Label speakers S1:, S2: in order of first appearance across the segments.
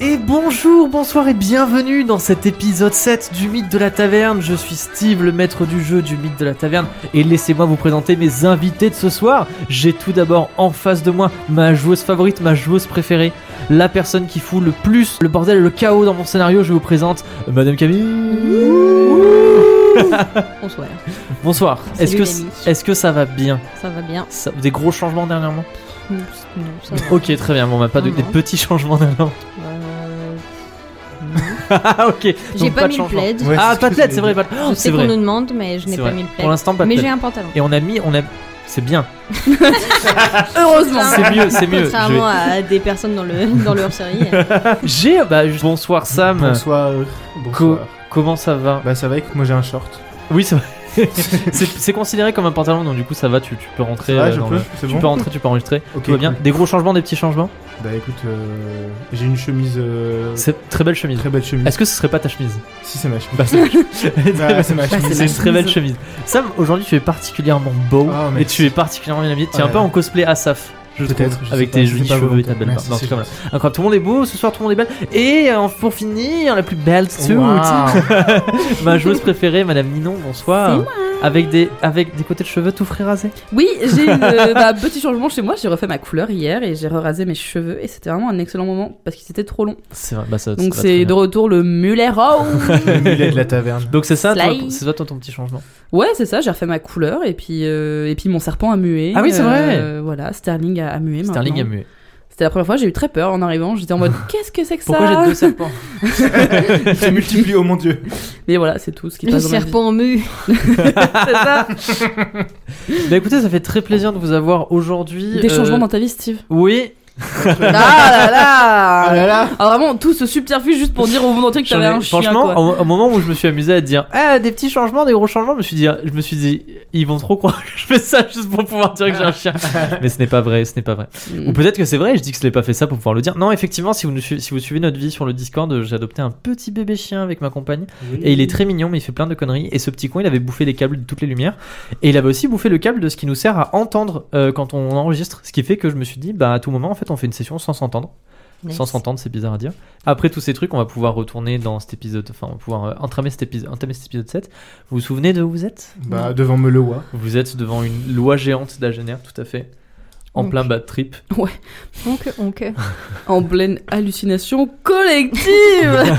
S1: Et bonjour, bonsoir et bienvenue dans cet épisode 7 du Mythe de la Taverne. Je suis Steve, le maître du jeu du Mythe de la Taverne. Et laissez-moi vous présenter mes invités de ce soir. J'ai tout d'abord en face de moi ma joueuse favorite, ma joueuse préférée, la personne qui fout le plus le bordel et le chaos dans mon scénario. Je vous présente Madame Camille.
S2: Bonsoir.
S1: Bonsoir. Est-ce que,
S2: Salut, Camille.
S1: est-ce que ça va bien
S2: Ça va bien.
S1: Ça- Des gros changements dernièrement
S2: Non, ça va.
S1: Ok, très bien. Bon, on n'a pas de,
S2: Non,
S1: des
S2: non.
S1: petits changements dernièrement.
S2: Euh,
S1: Ah, ok.
S2: J'ai
S1: Donc
S2: pas,
S1: de
S2: mis le
S1: changement.
S2: plaid.
S3: Ouais,
S1: Ah,
S3: c'est
S1: pas de
S3: ce que
S1: plaid,
S3: j'allais
S1: c'est vrai. pas de-
S2: Je
S1: c'est
S2: sais qu'on
S1: vrai.
S2: nous demande, mais je n'ai
S1: C'est
S2: pas
S1: vrai.
S2: mis le plaid.
S1: Pour l'instant, pas de
S2: mais
S1: plaid.
S2: j'ai un pantalon.
S1: Et on a mis, on a, c'est bien.
S2: Heureusement.
S1: Ah, C'est mieux, c'est mieux. Je vais-
S2: Contrairement à des personnes dans le, dans euh, le hors-série.
S3: Ah,
S1: J'ai, bah, je- bonsoir Sam.
S3: euh, Bonsoir.
S1: Co-
S3: Bonsoir.
S1: Comment ça va
S3: Bah ça va, écoute, moi j'ai un short.
S1: Oui, c'est vrai. c'est c'est considéré comme un pantalon, donc du coup, ça va. Tu, tu peux rentrer.
S3: Ça va,
S1: euh,
S3: je
S1: dans
S3: peux
S1: le-
S3: C'est
S1: Tu
S3: bon
S1: peux rentrer, tu peux enregistrer.
S3: Ok,
S1: Tout va bien.
S3: cool.
S1: Des gros changements, des petits changements.
S3: Bah écoute, euh, j'ai une chemise... euh,
S1: C'est très belle chemise.
S3: Très belle chemise.
S1: Est-ce que ce serait pas ta chemise
S3: Si c'est ma chemise.
S1: Bah, c'est
S3: Bah, c'est ma chemise.
S1: C'est une très belle chemise. Sam, aujourd'hui, tu es particulièrement beau
S3: Oh,
S1: et
S3: merci.
S1: tu es particulièrement bien habillé. Tu es un
S3: Ouais.
S1: peu en cosplay Asaf. Je
S3: Peut-être.
S1: trouve,
S3: je
S1: avec
S3: sais pas,
S1: tes
S3: je sais
S1: jolis
S3: pas
S1: cheveux et ta
S3: volontaire.
S1: belle barbe.
S3: Merci,
S1: Non, en tout
S3: c'est
S1: cas, voilà.
S3: gentil.
S1: Incroyable, tout le monde est beau, ce soir tout le monde est belle. Et euh, pour finir, la plus belle suit,
S3: Waouh.
S1: ma joueuse préférée, Madame Ninon, bonsoir. Avec des, avec des côtés de cheveux tout frais rasés.
S4: Oui, j'ai eu euh, bah, petit changement chez moi. J'ai refait ma couleur hier et j'ai rasé mes cheveux. Et c'était vraiment un excellent moment parce qu'ils étaient trop longs.
S1: C'est vrai, bah ça-
S4: Donc
S1: ça va très
S4: c'est de
S1: bien.
S4: retour le Muller Row.
S3: Le mulet de la taverne.
S1: Donc c'est ça, toi,
S2: Slide.
S1: c'est ça toi ton petit changement.
S4: ouais, c'est ça. J'ai refait ma couleur et puis euh, et puis mon serpent a mué.
S1: Ah oui, c'est vrai.
S4: Euh, voilà, Sterling a, a mué.
S1: Sterling a
S4: maintenant.
S1: mué.
S4: C'était la première fois. J'ai eu très peur en arrivant. J'étais en mode qu'est-ce que c'est que
S1: Pourquoi
S4: ça
S1: j'ai deux serpents
S3: Il s'est multiplié, oh mon dieu.
S4: Mais voilà, c'est tout ce qui
S2: Le
S4: passe dans ma vie.
S2: serpent mu.
S4: C'est ça.
S1: Bah écoutez, ça fait très plaisir de vous avoir aujourd'hui.
S4: Des
S1: Euh,
S4: changements dans ta vie, Steve.
S1: Oui,
S4: ah là
S3: Ah
S4: là.
S3: là là
S4: Ah vraiment, tout ce subterfuge juste pour dire au monde entier que
S1: j'en ai-
S4: t'avais un chien.
S1: franchement,
S4: quoi.
S1: au, au moment où je me suis amusé à dire ah, des petits changements, des gros changements, je me suis dit, je me suis dit ils vont trop croire que je fais ça juste pour pouvoir dire que j'ai un chien. Mais ce n'est pas vrai, ce n'est pas vrai. Ou peut-être que c'est vrai, je dis que je l'ai pas fait ça pour pouvoir le dire. Non, effectivement, si vous, nous suivez, si vous suivez notre vie sur le Discord, euh, j'ai adopté un petit bébé chien avec ma compagne. Et il est très mignon, mais il fait plein de conneries. Et ce petit con, il avait bouffé les câbles de toutes les lumières. Et il avait aussi bouffé le câble de ce qui nous sert à entendre euh, quand on enregistre. Ce qui fait que je me suis dit, bah à tout moment, en fait, on fait une session sans s'entendre. Sans s'entendre, c'est bizarre à dire. Après tous ces trucs, on va pouvoir retourner dans cet épisode. Enfin, on va pouvoir euh, entamer, cet épisode, entamer cet épisode 7. Vous vous souvenez de où vous êtes
S3: Bah devant me le wa.
S1: Vous êtes devant une loi géante d'Agener, tout à fait. En
S2: Donc.
S1: plein bas de trip.
S2: Donc, donc.
S4: En pleine hallucination collective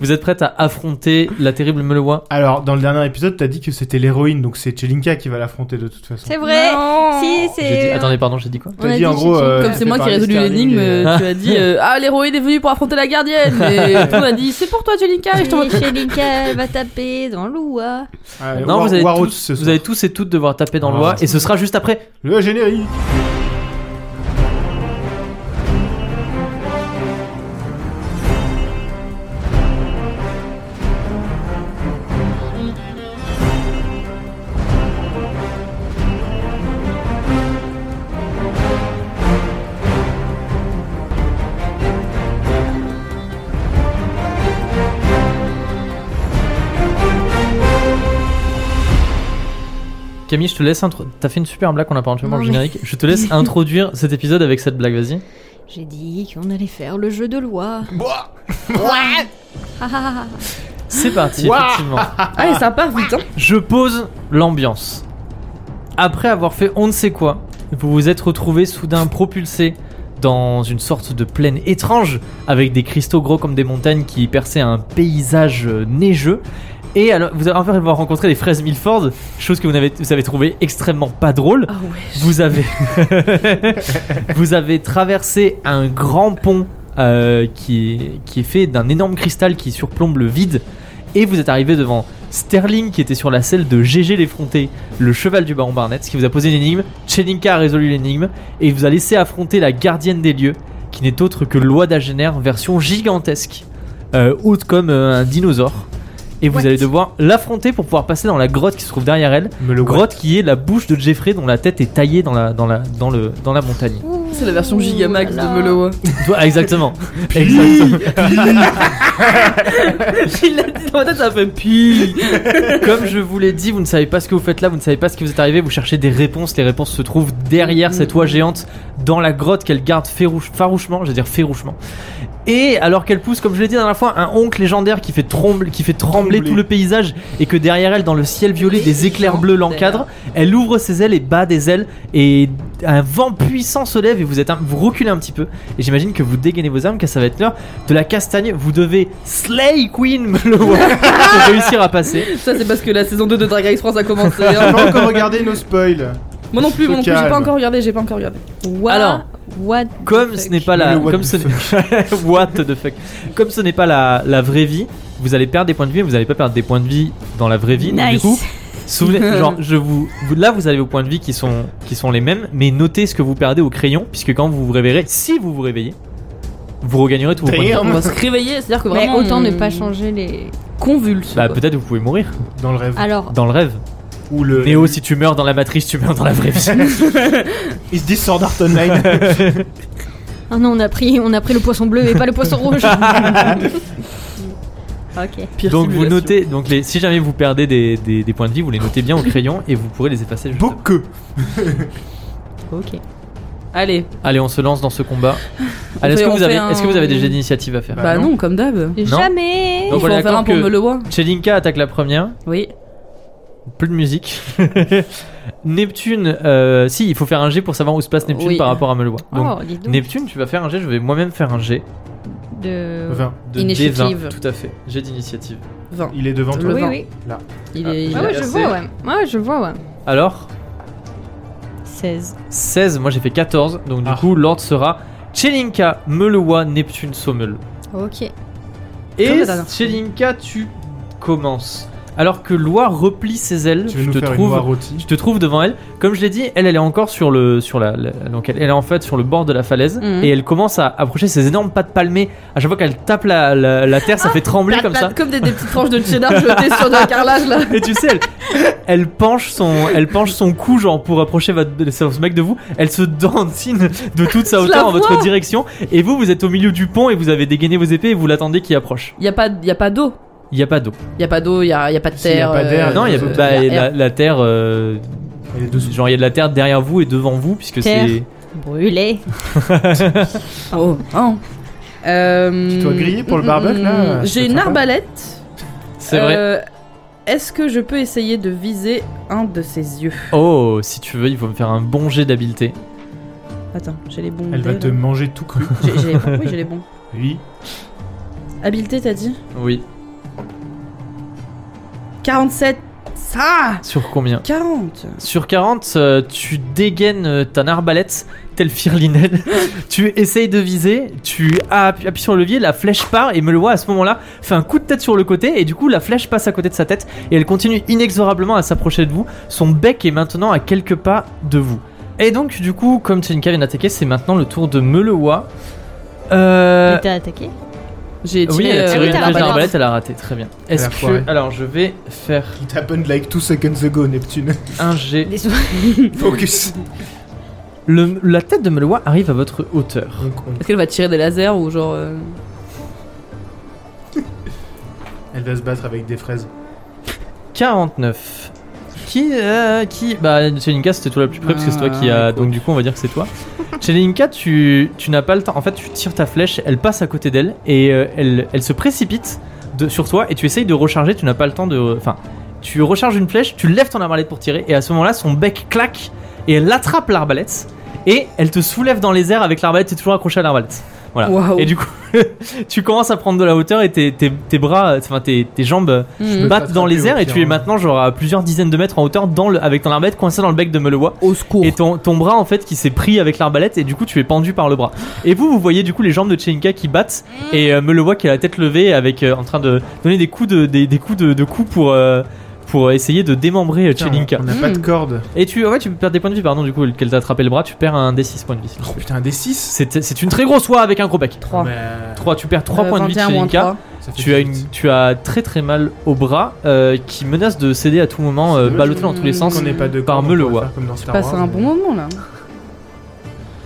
S1: Vous êtes prête à affronter la terrible Melewa
S3: Alors, dans le dernier épisode, t'as dit que c'était l'héroïne, donc c'est Chelinka qui va l'affronter de toute façon.
S2: C'est vrai.
S4: Non.
S2: Si,
S1: J'ai dit-
S2: c'est.
S1: Attendez, pardon, j'ai dit quoi
S2: on a
S3: T'as dit en
S2: dit
S3: gros...
S2: Chelinka.
S3: euh,
S4: Comme
S3: je
S4: c'est
S3: vais
S4: moi qui ai
S3: parler
S4: résolu
S3: Sterling
S4: l'énigme,
S3: et-
S4: euh, tu as dit euh, Ah, l'héroïne est venue pour affronter la gardienne Et tout le monde a dit C'est pour toi, Jolinka Et je t'en
S2: Oui,
S4: mode
S2: Chelinka, elle va taper dans l'oua.
S3: Ah,
S1: Non,
S3: War-
S1: vous allez
S3: War
S1: tous-
S3: Roots, ce
S1: Vous
S3: soir.
S1: allez tous et toutes devoir taper dans le
S3: Ah.
S1: loi et ce sera juste après.
S3: Le générique
S1: Camille, je te laisse intro. T'as fait une super blague qu'on a pas entendu
S2: Non,
S1: pendant le
S2: mais-
S1: générique. Je te laisse introduire cet épisode avec cette blague, vas-y.
S2: J'ai dit qu'on allait faire le jeu de loi.
S3: Boah
S2: Ah, ah, ah.
S1: C'est parti,
S3: Ouah
S1: effectivement.
S4: Ah, et ça part vite, hein
S1: Je pose l'ambiance. Après avoir fait on ne sait quoi, vous vous êtes retrouvé soudain propulsé dans une sorte de plaine étrange, avec des cristaux gros comme des montagnes qui perçaient un paysage euh, neigeux. Et alors, vous avez enfin avoir rencontré des fraises Milford, chose que vous avez, vous avez trouvé extrêmement pas drôle.
S4: Ah ouais
S1: Vous avez, vous avez traversé un grand pont euh, qui, est, qui est fait d'un énorme cristal qui surplombe le vide. Et vous êtes arrivé devant Sterling qui était sur la selle de GG l'effronté, le cheval du baron Barnett, qui vous a posé une énigme. Chelinka a résolu l'énigme et il vous a laissé affronter la gardienne des lieux, qui n'est autre que Loi d'Agener, version gigantesque, euh, haute comme euh, un dinosaure. Et vous
S2: What
S1: allez devoir l'affronter pour pouvoir passer dans la grotte qui se trouve derrière elle.
S3: Me le
S1: Grotte qui est la bouche de Jeffrey dont la tête est taillée dans la, dans la, dans le, dans la montagne.
S4: C'est la version
S2: Ouh
S4: Gigamax de
S2: là là.
S4: Meloa.
S1: Toi, exactement. exactement.
S4: Il l'a dit dans ma tête, ça a fait Puis
S1: Comme je vous l'ai dit, vous ne savez pas ce que vous faites là, vous ne savez pas ce qui vous est arrivé, vous cherchez des réponses. Les réponses se trouvent derrière cette oie géante, dans la grotte qu'elle garde férouche- farouchement, j'allais dire férouchement. Et alors qu'elle pousse, comme je l'ai dit la dernière fois, un oncle légendaire qui fait, tromble, qui fait trembler
S3: Trembler.
S1: tout le paysage et que derrière elle, dans le ciel violet, des éclairs bleus l'encadrent, elle ouvre ses ailes et bat des ailes et un vent puissant se lève et vous, êtes un- vous reculez un petit peu. Et j'imagine que vous dégainez vos armes car ça va être l'heure de la castagne. Vous devez Slay Queen Melora pour réussir à passer.
S4: Ça, c'est parce que la saison 2 de Drag Race France a commencé.
S3: J'ai
S4: hein.
S3: pas encore regardé nos spoils.
S4: moi non plus, moi non plus, j'ai
S3: Calme.
S4: pas encore regardé, j'ai pas encore regardé.
S2: What-
S1: Alors,
S2: what
S1: Comme
S2: the
S1: ce
S2: fuck.
S1: n'est pas la,
S3: Le what
S1: comme
S3: the
S1: ce n'est- what the fuck, comme ce n'est pas la, la vraie vie, vous allez perdre des points de vie, mais vous n'allez pas perdre des points de vie dans la vraie vie. Donc,
S2: Nice.
S1: Du coup, souvenez, genre, je vous, vous- là vous avez vos points de vie qui sont, qui sont les mêmes, mais notez ce que vous perdez au crayon, puisque quand vous vous réveillerez, si vous vous réveillez, vous regagnerez tous vos points de vie.
S4: On va se réveiller, c'est-à-dire que
S2: Mais
S4: vraiment.
S2: autant
S4: on-
S2: ne pas changer les.
S4: Convulse.
S1: Bah
S4: quoi.
S1: peut-être vous pouvez mourir
S3: Dans le rêve.
S4: Ah.
S2: Alors,
S1: dans le rêve.
S3: Ou le.
S1: Néo, si tu meurs dans la matrice, tu meurs dans la vraie vie.
S3: Ils se disent Sword Art Online.
S2: ah non, on a pris, on a pris le poisson bleu et pas le poisson rouge. ok.
S4: Pire
S1: donc vous
S4: simulation.
S1: notez, donc les, si jamais vous perdez des, des- des points de vie, vous les notez bien au crayon et vous pourrez les effacer. juste après.
S3: Beaucoup.
S2: Ok.
S4: Allez.
S1: Allez, on se lance dans ce combat.
S4: On
S1: Allez, est-ce
S4: fait-
S1: que,
S4: on
S1: vous avez,
S4: fait un-
S1: est-ce que vous avez déjà d'initiative à faire
S4: Bah,
S3: Bah
S4: non.
S3: non,
S4: comme d'hab.
S2: Jamais.
S1: Donc,
S4: Il faut
S1: on est
S4: en faire
S1: d'accord
S4: un pour
S1: que-
S4: me le voir.
S1: Chelinka attaque la première,
S4: Oui.
S1: plus de musique. Neptune, euh, si, il faut faire un G pour savoir où se passe Neptune
S4: Oui.
S1: par rapport à Melois. Donc,
S2: oh, dis donc.
S1: Neptune, tu vas faire un G, je vais moi-même faire un G
S2: De...
S3: Vingt.
S1: de
S4: Initiative.
S1: D20. Tout à fait, G d'initiative.
S4: 20.
S3: Il est devant
S4: Le
S3: toi.
S2: Oui,
S4: vin.
S2: oui.
S4: Il
S1: Ah,
S4: est. il
S2: Ah
S4: est-
S2: ouais, je
S1: versé.
S2: vois, ouais. Ouais, je vois, ouais.
S1: Alors,
S2: 16.
S1: 16, moi j'ai fait 14, donc du
S3: Ah.
S1: coup l'ordre sera Chelinka, Melois, Neptune, Sommel.
S2: Ok.
S4: Comme
S1: Et
S4: la dernière fois.
S1: Chelinka, tu commences. Alors que Loa replie ses ailes,
S3: Tu veux
S1: je
S3: nous
S1: te
S3: faire une
S1: trouve
S3: noix rôtie
S1: Tu te trouves devant elle. Comme je l'ai dit, elle, elle est encore sur le, sur la, la- donc elle, elle est en fait sur le bord de la falaise
S4: Mhm.
S1: et elle commence à approcher ses énormes pattes palmées. À chaque fois qu'elle tape la, la- la terre, ça fait trembler
S4: Plate,
S1: comme
S4: plate,
S1: ça.
S4: Comme des, des petites tranches de cheddar jetées sur le carrelage là.
S1: Et tu sais, elle, elle penche son, elle penche son cou genre pour approcher votre, ce mec de vous. Elle se dentine de toute sa
S4: Je la
S1: hauteur en votre
S4: vois.
S1: direction. Et vous, vous êtes au milieu du pont et vous avez dégainé vos épées et vous l'attendez qui approche.
S4: Y a pas, y a pas d'eau.
S1: Il y a pas d'eau.
S4: Y a pas d'eau, y a, y a pas de
S3: Si, y a
S4: terre.
S3: pas d'air,
S1: non, il y a,
S3: euh,
S1: bah,
S4: y a
S1: la,
S4: air.
S1: la terre. euh,
S3: Elle est dessous.
S1: genre il y a de la terre derrière vous et devant vous puisque
S2: Terre.
S1: c'est.
S2: Brûlé.
S4: Oh, hein. Euh,
S3: Tu dois griller pour le barbecue, là, c'est
S4: mm, J'ai une
S3: sympa.
S4: arbalète.
S1: C'est vrai.
S4: Euh, Est-ce que je peux essayer de viser un de ses yeux
S1: Oh, si tu veux, il faut me faire un bon jet d'habileté.
S4: Attends, j'ai les bons.
S3: Elle va
S4: dés,
S3: te
S4: là.
S3: manger tout cru.
S4: J'ai- j'ai les bons, Oui, j'ai les bons.
S3: Oui.
S4: Habileté, t'as dit
S1: Oui.
S4: 47. Ça
S1: Sur combien
S4: 40
S1: Sur 40, euh, tu dégaines euh, ta arbalète, telle firlinelle. tu essayes de viser, tu appu- appuies sur le levier, la flèche part et me le voit à ce moment-là, fait un coup de tête sur le côté et du coup la flèche passe à côté de sa tête et elle continue inexorablement à s'approcher de vous. Son bec est maintenant à quelques pas de vous. Et donc du coup, comme Tchenka vient d'attaquer, c'est maintenant le tour de Melewa. Euh...
S2: Il t'a attaqué
S4: J'ai
S1: Oui,
S4: tiré,
S1: elle a tiré
S4: euh,
S1: une
S2: t'as
S1: flèche
S2: raté.
S1: d'arbalète, elle a raté, très bien. Est-ce que...
S3: foiré.
S1: Alors je vais faire
S3: It happened like two seconds ago, Neptune.
S1: un jet
S2: Désolé.
S3: Focus.
S1: Le- la tête de Melois arrive à votre hauteur.
S3: Donc, on-
S4: Est-ce qu'elle va tirer des lasers ou genre. euh,
S3: Elle va se battre avec des fraises.
S1: 49. Qui, euh, qui, bah, Chelinka, c'était toi la plus près parce que c'est toi qui a,
S4: Ah,
S1: donc du coup, on va dire que c'est toi. Chelinka, tu, tu n'as pas le temps. En fait, tu tires ta flèche, elle passe à côté d'elle et euh, elle, elle se précipite de, sur toi et tu essayes de recharger. Tu n'as pas le temps de, enfin, tu recharges une flèche, tu lèves ton arbalète pour tirer et à ce moment-là, son bec claque et elle attrape l'arbalète et elle te soulève dans les airs avec l'arbalète. T'es toujours accroché à l'arbalète. Voilà.
S4: Waouh.
S1: Et du coup, tu commences à prendre de la hauteur et tes, tes, tes bras, enfin tes, tes jambes
S4: hmm.
S3: peux
S1: battent dans les airs
S3: t'attraper
S1: et
S3: au
S1: tu es
S3: pire, hein.
S1: maintenant genre à plusieurs dizaines de mètres en hauteur dans le, avec ton arbalète coincé dans le bec de Melewa.
S4: Au secours.
S1: Et ton, ton bras en fait qui s'est pris avec l'arbalète et du coup tu es pendu par le bras. Et vous vous voyez du coup les jambes de Chelinka qui battent et euh, Melewa qui a la tête levée avec euh, en train de donner des coups de des, des coups de, de coups pour euh, pour essayer de démembrer euh,
S3: Putain,
S1: Chelinka.
S3: On n'a pas de
S2: Hmm.
S4: Mm.
S3: corde.
S1: Et tu ouais tu perds des points de vie pardon du coup qu'elle t'a attrapé le bras tu perds un D6 points de vie.
S3: Oh putain, des Bah, 6
S1: C'est c'est une très grosse soie avec un gros bec.
S4: 3.
S1: 3 tu perds
S5: Euh,
S1: 3 points de vie de Chelinka. Tu as, une, tu as très très mal au bras euh, qui menace de céder à tout moment, euh,
S3: C'est
S1: balloté dans tous les
S4: dommage
S1: sens.
S3: Qu'on n'ait pas de
S1: par
S3: corde, on
S1: Melewa.
S3: pourrait faire comme dans Star
S4: Passe
S3: Wars,
S4: un
S3: mais-
S4: bon moment là.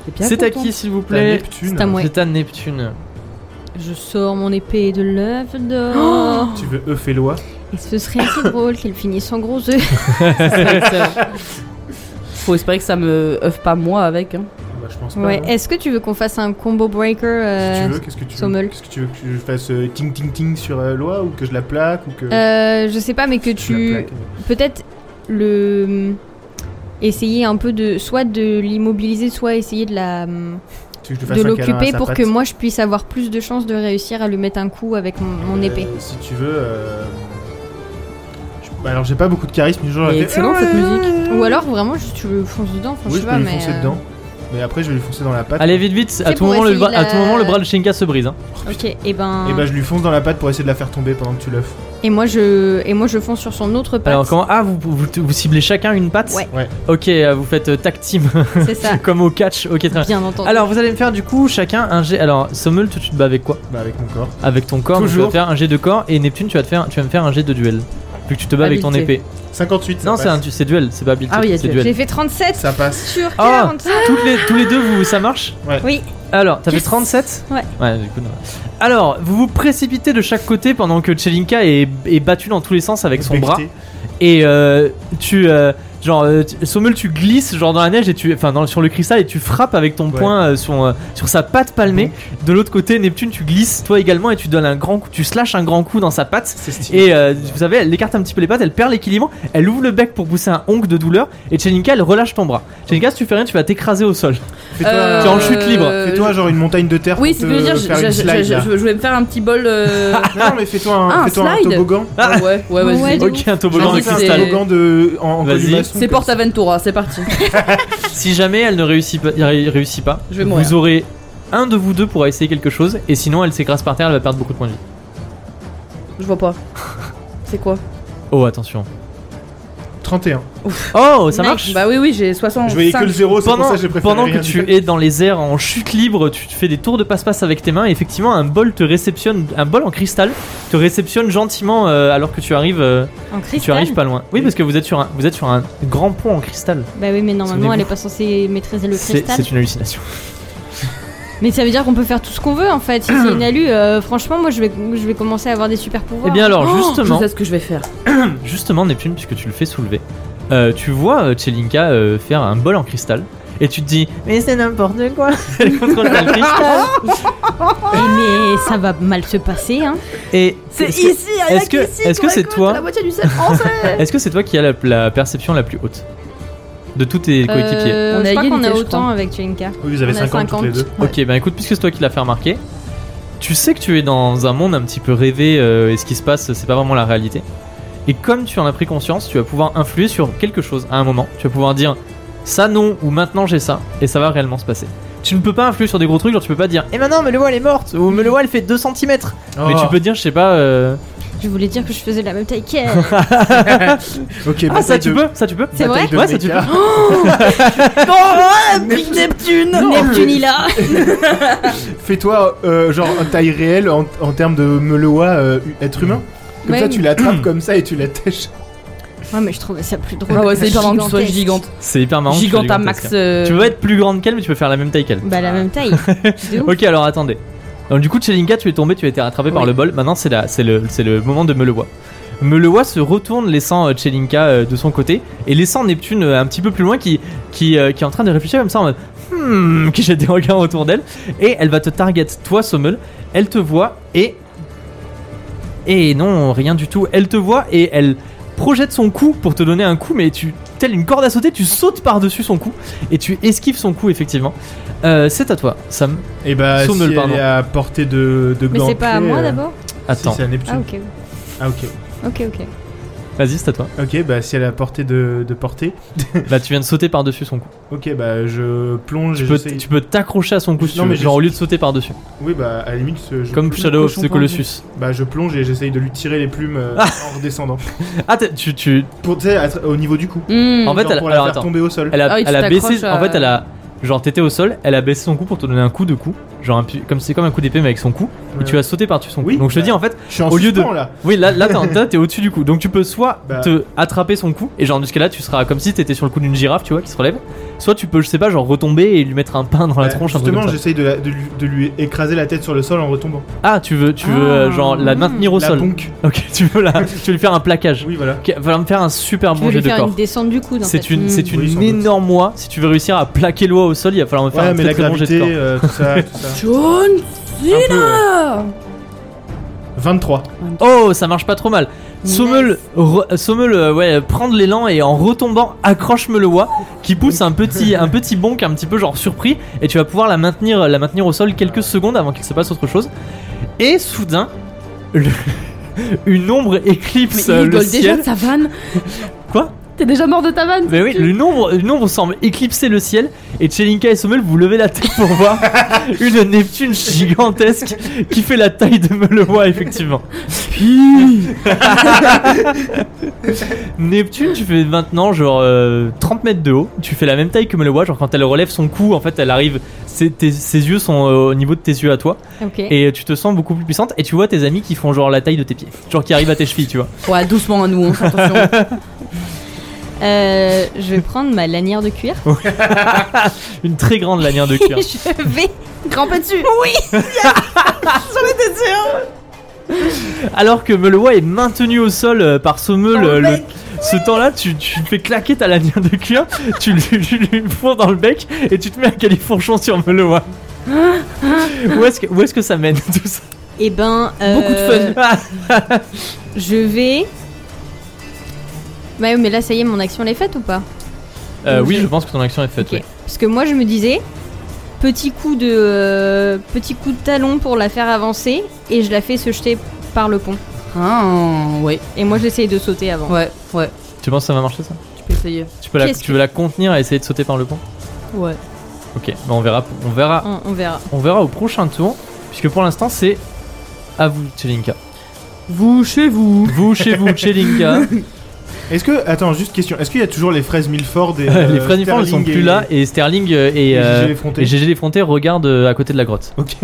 S4: T'es bien
S1: C'est à
S4: content
S1: qui s'il vous
S3: T'as
S1: plaît
S3: Neptune.
S2: C'est à moi. Ouais.
S1: C'est à Neptune.
S2: Je sors mon épée de l'œuf d'or.
S3: Tu veux œuf et loi
S2: et ce serait assez drôle qu'il finisse en gros œuf.
S4: Faut espérer que ça me œuffe pas moi avec. hein.
S3: Bah, je pense c'est pas
S2: Ouais.
S3: grave.
S2: Est-ce que tu veux qu'on fasse un combo breaker euh,
S3: Si tu veux, qu'est-ce que tu veux
S2: Sommel.
S3: Qu'est-ce que tu veux que je fasse euh, ting ting ting sur euh, Loi ou que je la plaque ou que
S2: euh, Je sais pas, mais que
S3: je la
S2: tu.
S3: plaque, euh.
S2: Peut-être le. euh, Essayer un peu de. Soit de l'immobiliser, soit essayer de la. euh,
S3: Tu veux que je fasse
S2: De
S3: un câlin à
S2: l'occuper
S3: sa
S2: pour
S3: patte
S2: que moi je puisse avoir plus de chances de réussir à lui mettre un coup avec mon, mon
S3: Euh,
S2: épée.
S3: Si tu veux. euh, je- bah, Alors j'ai pas beaucoup de charisme, mais genre.
S4: Mais
S3: elle fait-
S4: excellent, cette musique.
S2: Ou alors vraiment, je- tu le fonces dedans, enfin,
S3: Ah, Oui,
S2: je
S3: je
S2: sais
S3: peux
S2: pas,
S3: lui
S2: mais.
S3: foncer
S2: euh,
S3: dedans. Mais après, je vais lui foncer dans la patte.
S1: Allez, vite, vite, à
S2: C'est
S1: tout,
S2: pour
S1: moment, le
S2: essayer
S1: bras,
S2: de la-
S1: à tout moment, le bras de Shinka se brise. hein.
S2: Ok, et ben.
S3: Et bah, je lui fonce dans la patte pour essayer de la faire tomber pendant que tu l'œufs.
S2: Et moi je et moi je fonce sur son autre patte.
S1: Alors, comment. Ah, vous, vous, vous ciblez chacun une patte
S2: Ouais.
S3: Ouais.
S1: Ok, euh, vous faites euh, tag team,
S2: C'est ça.
S1: comme au catch. Ok, très bien.
S2: Bien entendu.
S1: Alors, vous allez me faire du coup chacun un jet. Alors, Sommel, tu tu te bats avec quoi
S3: Bah, avec mon corps.
S1: Avec ton corps, donc
S3: Toujours.
S1: tu vas faire un jet de corps. Et Neptune, tu vas, te faire, tu vas me faire un jet de duel. Vu que tu te bats avec ton
S4: Habileté.
S1: épée.
S3: 58. ça
S1: non, c'est un
S3: passe.
S1: tu- c'est duel, c'est pas habilité.
S4: Ah oui, il y a
S1: c'est
S4: duel.
S1: duel.
S2: j'ai fait 37
S3: Ça passe.
S2: sur
S1: Ah
S2: 45.
S1: Toutes les, tous les deux, vous, ça marche
S2: Oui.
S1: Alors, t'as fait
S2: Yes.
S1: 37
S2: Ouais.
S1: Ouais, du coup, non. Alors, vous vous précipitez de chaque côté pendant que Chelinka est, est battue dans tous les sens avec son bras.
S3: Becté.
S1: Et euh, tu. euh, genre, euh, tu- Sommel, tu glisses genre dans la neige et tu. Enfin, dans- sur le cristal et tu frappes avec ton
S3: Ouais.
S1: poing euh, son, euh, sur sa patte palmée. De l'autre côté, Neptune, tu glisses toi également et tu donnes un grand coup. Tu slashes un grand coup dans sa patte.
S3: C'est stylé.
S1: Et euh, vous savez, elle écarte un petit peu les pattes, elle perd l'équilibre, elle ouvre le bec pour pousser un oncle de douleur, et Chelinka, elle relâche ton bras. Chelinka, si tu fais rien, tu vas t'écraser au sol.
S3: Fais-toi
S4: Euh,
S1: Tu es en chute libre.
S3: fais-toi genre une montagne de terre.
S4: Oui,
S3: pour
S4: c'est
S3: te
S4: ce que je veux dire, je,
S3: faire une
S4: je-
S3: slide,
S4: je-
S3: là.
S4: je- je voulais me faire un petit bol. euh,
S3: Non, mais fais-toi un,
S4: Ah, un
S3: fais-toi un
S4: slide.
S3: toboggan.
S1: Ah.
S4: ouais, ouais, vas-y.
S2: Ouais, de ouf.
S1: Ok, un toboggan
S4: Genre,
S1: de
S3: Fais-toi un
S4: c'est-
S1: cristal.
S3: toboggan de, en, en
S1: Vas-y.
S3: colimaçon,
S4: C'est
S3: comme
S4: Porta Ventura, c'est parti.
S1: Si jamais elle ne réussit pas, ré- réussit pas
S4: Je vais mourir.
S1: vous aurez un de vous deux pour essayer quelque chose, et sinon elle s'écrase par terre, elle va perdre beaucoup de points de vie.
S4: Je vois pas. C'est quoi
S1: Oh, attention.
S3: ça. 31.
S1: Oh, ça
S2: Nice.
S1: marche
S4: Bah oui, oui, j'ai 60.
S3: Je voyais que le 0, Oh, c'est pour ça
S1: pendant,
S3: que j'ai préféré.
S1: pendant que
S3: rien dire.
S1: tu es dans les airs en chute libre, tu te fais des tours de passe-passe avec tes mains et effectivement un bol te réceptionne, un bol en cristal te réceptionne gentiment euh, alors que tu arrives, euh,
S2: En cristal.
S1: tu arrives pas loin. Oui parce que vous êtes sur un, vous êtes sur un grand pont en cristal.
S2: Bah oui, mais normalement
S1: Souvenez-vous.
S2: elle est pas censée maîtriser le
S1: C'est
S2: cristal.
S1: c'est une hallucination.
S2: Mais ça veut dire qu'on peut faire tout ce qu'on veut en fait. Si c'est une alu, euh, franchement moi je vais je vais commencer à avoir des super pouvoirs.
S1: Et Eh bien alors justement,
S4: Oh, Je sais ce que je vais faire.
S1: justement Neptune puisque tu le fais soulever, euh, tu vois euh, Tchelinka euh, faire un bol en cristal. Et tu te dis, mais c'est n'importe quoi! Elle contrôle pas le cristal!
S2: Eh, mais ça va mal se passer hein.
S1: Et
S4: C'est
S1: est-ce que-
S4: ici, à
S1: est-ce que- est-ce que c'est toi
S4: La moitié du sel français
S1: Est-ce que c'est toi qui as la, la perception la plus haute de tous tes coéquipiers
S2: Euh,
S4: On
S2: je
S4: a
S2: crois qu'on
S4: égalité,
S2: a
S4: je
S2: autant
S4: crois.
S2: avec Tchelinka.
S3: Oui, vous avez
S2: On a
S3: 50 toutes les deux.
S2: Ouais.
S1: Ok, ben écoute, puisque c'est toi qui l'as fait remarquer, tu sais que tu es dans un monde un petit peu rêvé euh, et ce qui se passe, c'est pas vraiment la réalité. Et comme tu en as pris conscience, tu vas pouvoir influer sur quelque chose à un moment. Tu vas pouvoir dire ça non ou maintenant j'ai ça et ça va réellement se passer. Tu ne peux pas influer sur des gros trucs, genre tu peux pas dire eh et maintenant me le voit elle est morte ou me le voit elle fait 2 cm.
S3: Oh.
S1: Mais tu peux dire, je sais pas, euh,
S2: Je voulais dire que je faisais la même taille qu'elle.
S3: peux. Ok,
S1: ah ça tu peux, ça tu peux.
S2: C'est vrai
S1: Ouais, ça tu peux.
S4: Oh, Big Neptune
S2: Neptune il a.
S3: Fais-toi euh, genre en taille réelle en, en termes de melewa euh, être humain. Comme
S2: Ouais.
S3: ça, tu l'attrapes comme ça et tu l'attaches.
S2: Ouais mais je trouvais ça plus drôle.
S4: Ah ouais, c'est hyper marrant que tu sois
S2: Gigantesque.
S4: gigante. euh,
S1: C'est hyper marrant. tu fais
S4: Giganta
S1: du
S4: max.
S1: grotesque. hein. Tu peux pas être plus grande qu'elle, mais tu peux faire la même taille qu'elle.
S2: Bah la même taille. De ouf.
S1: Ok, alors attendez. Donc du coup, Chelinka, tu es tombé, tu as été rattrapé par
S4: Oui.
S1: le bol. Maintenant, c'est la- c'est le, c'est le moment de Melewa. Melewa se retourne, laissant euh, Chelinka euh, de son côté et laissant Neptune euh, un petit peu plus loin, qui, qui, euh, qui est en train de réfléchir comme ça en mode hmm, qui jette des regards autour d'elle. Et elle va te target, toi, Sommel. Elle te voit et et non, rien du tout. Elle te voit et elle projette son cou pour te donner un coup, mais tu telle une corde à sauter, tu sautes par-dessus son cou et tu esquives son coup effectivement. Euh, c'est à toi, Sam.
S3: Et bah,
S1: Sommel,
S3: si elle
S1: pardon.
S3: est à portée de, de
S2: Mais c'est
S3: gantlet,
S2: pas à moi
S3: euh,
S2: d'abord
S1: Attends.
S3: Si, c'est à Neptune.
S2: Ah ok.
S3: Ah, ok.
S2: Ok ok.
S1: Vas-y, c'est à toi.
S3: Ok, bah si elle est à portée de, de portée,
S1: Bah, tu viens de sauter par-dessus son cou.
S3: ok, bah je plonge
S1: Tu
S3: et
S1: peux,
S3: j'essaye-
S1: tu peux t'accrocher à son cou, si
S3: Non,
S1: tu veux,
S3: mais
S1: genre
S3: je-
S1: au lieu de sauter par-dessus.
S3: Oui, bah à la limite, je, je
S1: Comme
S3: plonge,
S1: Shadow of
S4: cochon
S1: the
S4: pas vu.
S1: Colossus.
S3: bah, je plonge et j'essaye de lui tirer les plumes euh, en redescendant.
S1: Ah, t'es- tu. tu
S3: Pour, tu sais, être- au niveau du cou.
S4: Hmm.
S1: En fait,
S3: Genre
S1: elle-
S3: pour la
S1: alors,
S3: faire
S1: attends.
S3: tomber au sol.
S1: elle a,
S4: Ah oui, tu
S1: elle a baissé.
S4: t'accroches à-
S1: En fait, elle a. Genre, t'étais au sol, elle a baissé son cou pour te donner un coup de cou. Genre, un pu- comme c'est comme un coup d'épée, mais avec son cou. Et
S3: Ouais.
S1: tu as sauté par-dessus son cou.
S3: Oui.
S1: Donc, je te dis, en fait,
S3: Je suis en
S1: au lieu de-
S3: suspens, là.
S1: oui, là, là t'es en- là, t'es au-dessus du cou. Donc, tu peux soit
S3: Bah.
S1: te attraper son cou, et genre, dans ce cas-là, tu seras comme si t'étais sur le cou d'une girafe, tu vois, qui se relève. Soit tu peux, je sais pas, genre retomber et lui mettre un pain dans la
S3: Bah,
S1: tronche, un truc
S3: Justement,
S1: comme ça.
S3: j'essaye de, la- de lui- de lui écraser la tête sur le sol en retombant.
S1: Ah, tu veux, tu veux, euh,
S2: Ah.
S1: genre, la maintenir au
S3: la
S1: sol.
S3: bonk.
S1: Ok, tu veux, la, tu veux lui faire un plaquage.
S3: Oui, voilà.
S1: Ok, va me faire un super
S2: Tu
S1: bon
S2: veux
S1: jet
S2: lui
S1: de
S2: faire
S1: corps.
S2: une descente du coude en fait. Hmm.
S1: C'est une,
S4: Mm.
S1: c'est une
S3: Oui, sans doute.
S1: énorme moi. Si tu veux réussir à plaquer Loi au sol, il va falloir me faire
S3: Ouais,
S1: un
S3: mais
S1: très,
S3: la
S1: très bon jet de
S3: gravité,
S1: corps.
S3: euh, tout ça, tout ça.
S5: John
S3: Un peu, ouais.
S5: Cena
S3: 23.
S1: Oh, ça marche pas trop mal. Sommel, re- Sommel, euh, ouais, prendre l'élan et en retombant, accroche-me le doigt, qui pousse un petit, un petit bonk un petit peu genre surpris, et tu vas pouvoir la maintenir, la maintenir au sol quelques secondes avant qu'il se passe autre chose. Et soudain, le- une ombre
S5: Mais
S1: éclipse
S5: il
S1: euh, le
S5: rigole déjà
S1: ciel.
S5: de sa vanne
S1: Quoi
S5: T'es déjà mort de ta vanne
S1: Mais oui, le nombre, le nombre semble éclipser le ciel et Chelinka et Sommel vous levez la tête pour voir une Neptune gigantesque qui fait la taille de Melewa effectivement. Neptune, tu fais maintenant genre euh, 30 mètres de haut, tu fais la même taille que Melewa, genre quand elle relève son cou, en fait elle arrive, ses, tes- ses yeux sont euh, au niveau de tes yeux à toi
S2: Ok.
S1: et tu te sens beaucoup plus puissante et tu vois tes amis qui font genre la taille de tes pieds, genre qui arrivent à tes chevilles, tu vois.
S5: Ouais, doucement à nous, hein, attention.
S2: Euh, je vais prendre ma lanière de cuir.
S1: Une très grande lanière de cuir.
S2: je vais grimper dessus.
S1: Alors que Melewa est maintenu au sol euh, par Sommel, euh, le- ce temps-là, tu, tu fais claquer ta lanière de cuir, tu lui, tu lui fonds dans le bec et tu te mets un califourchon sur Melewa. où est-ce que, où est-ce que ça mène tout ça
S2: Et ben. euh,
S5: Beaucoup de
S1: Ah,
S2: Je vais. Bah oui, mais là, ça y est, mon action elle est faite ou pas
S1: euh, Oui, je pense que ton action est faite.
S2: Ok. Parce que moi, je me disais, petit coup de euh, petit coup de talon pour la faire avancer, et je la fais se jeter par le pont.
S5: Ah, ouais,
S2: Et moi, j'essaye de sauter avant.
S5: ouais, ouais,
S1: ouais. Tu penses que ça va marcher ça
S5: tu peux essayer.
S1: tu, peux la,
S2: Qu'est-ce
S1: tu veux la contenir et essayer de sauter par le pont
S2: Ouais.
S1: Ok, bah on verra, on verra,
S2: On, on verra.
S1: on verra au prochain tour, puisque pour l'instant c'est à vous, Chelinka.
S5: Vous, chez vous
S1: Vous chez vous, Chelinka.
S3: Est-ce que. Attends, juste question. Est-ce qu'il y a toujours les fraises Milford et.
S1: les
S3: euh,
S1: frères Nifford ne sont
S3: Sterling
S1: plus
S3: et-
S1: là et Sterling euh, et,
S3: et
S1: euh,
S3: GG les Frontés.
S1: et GG les Frontés regardent euh, à côté de la grotte.
S3: Ok.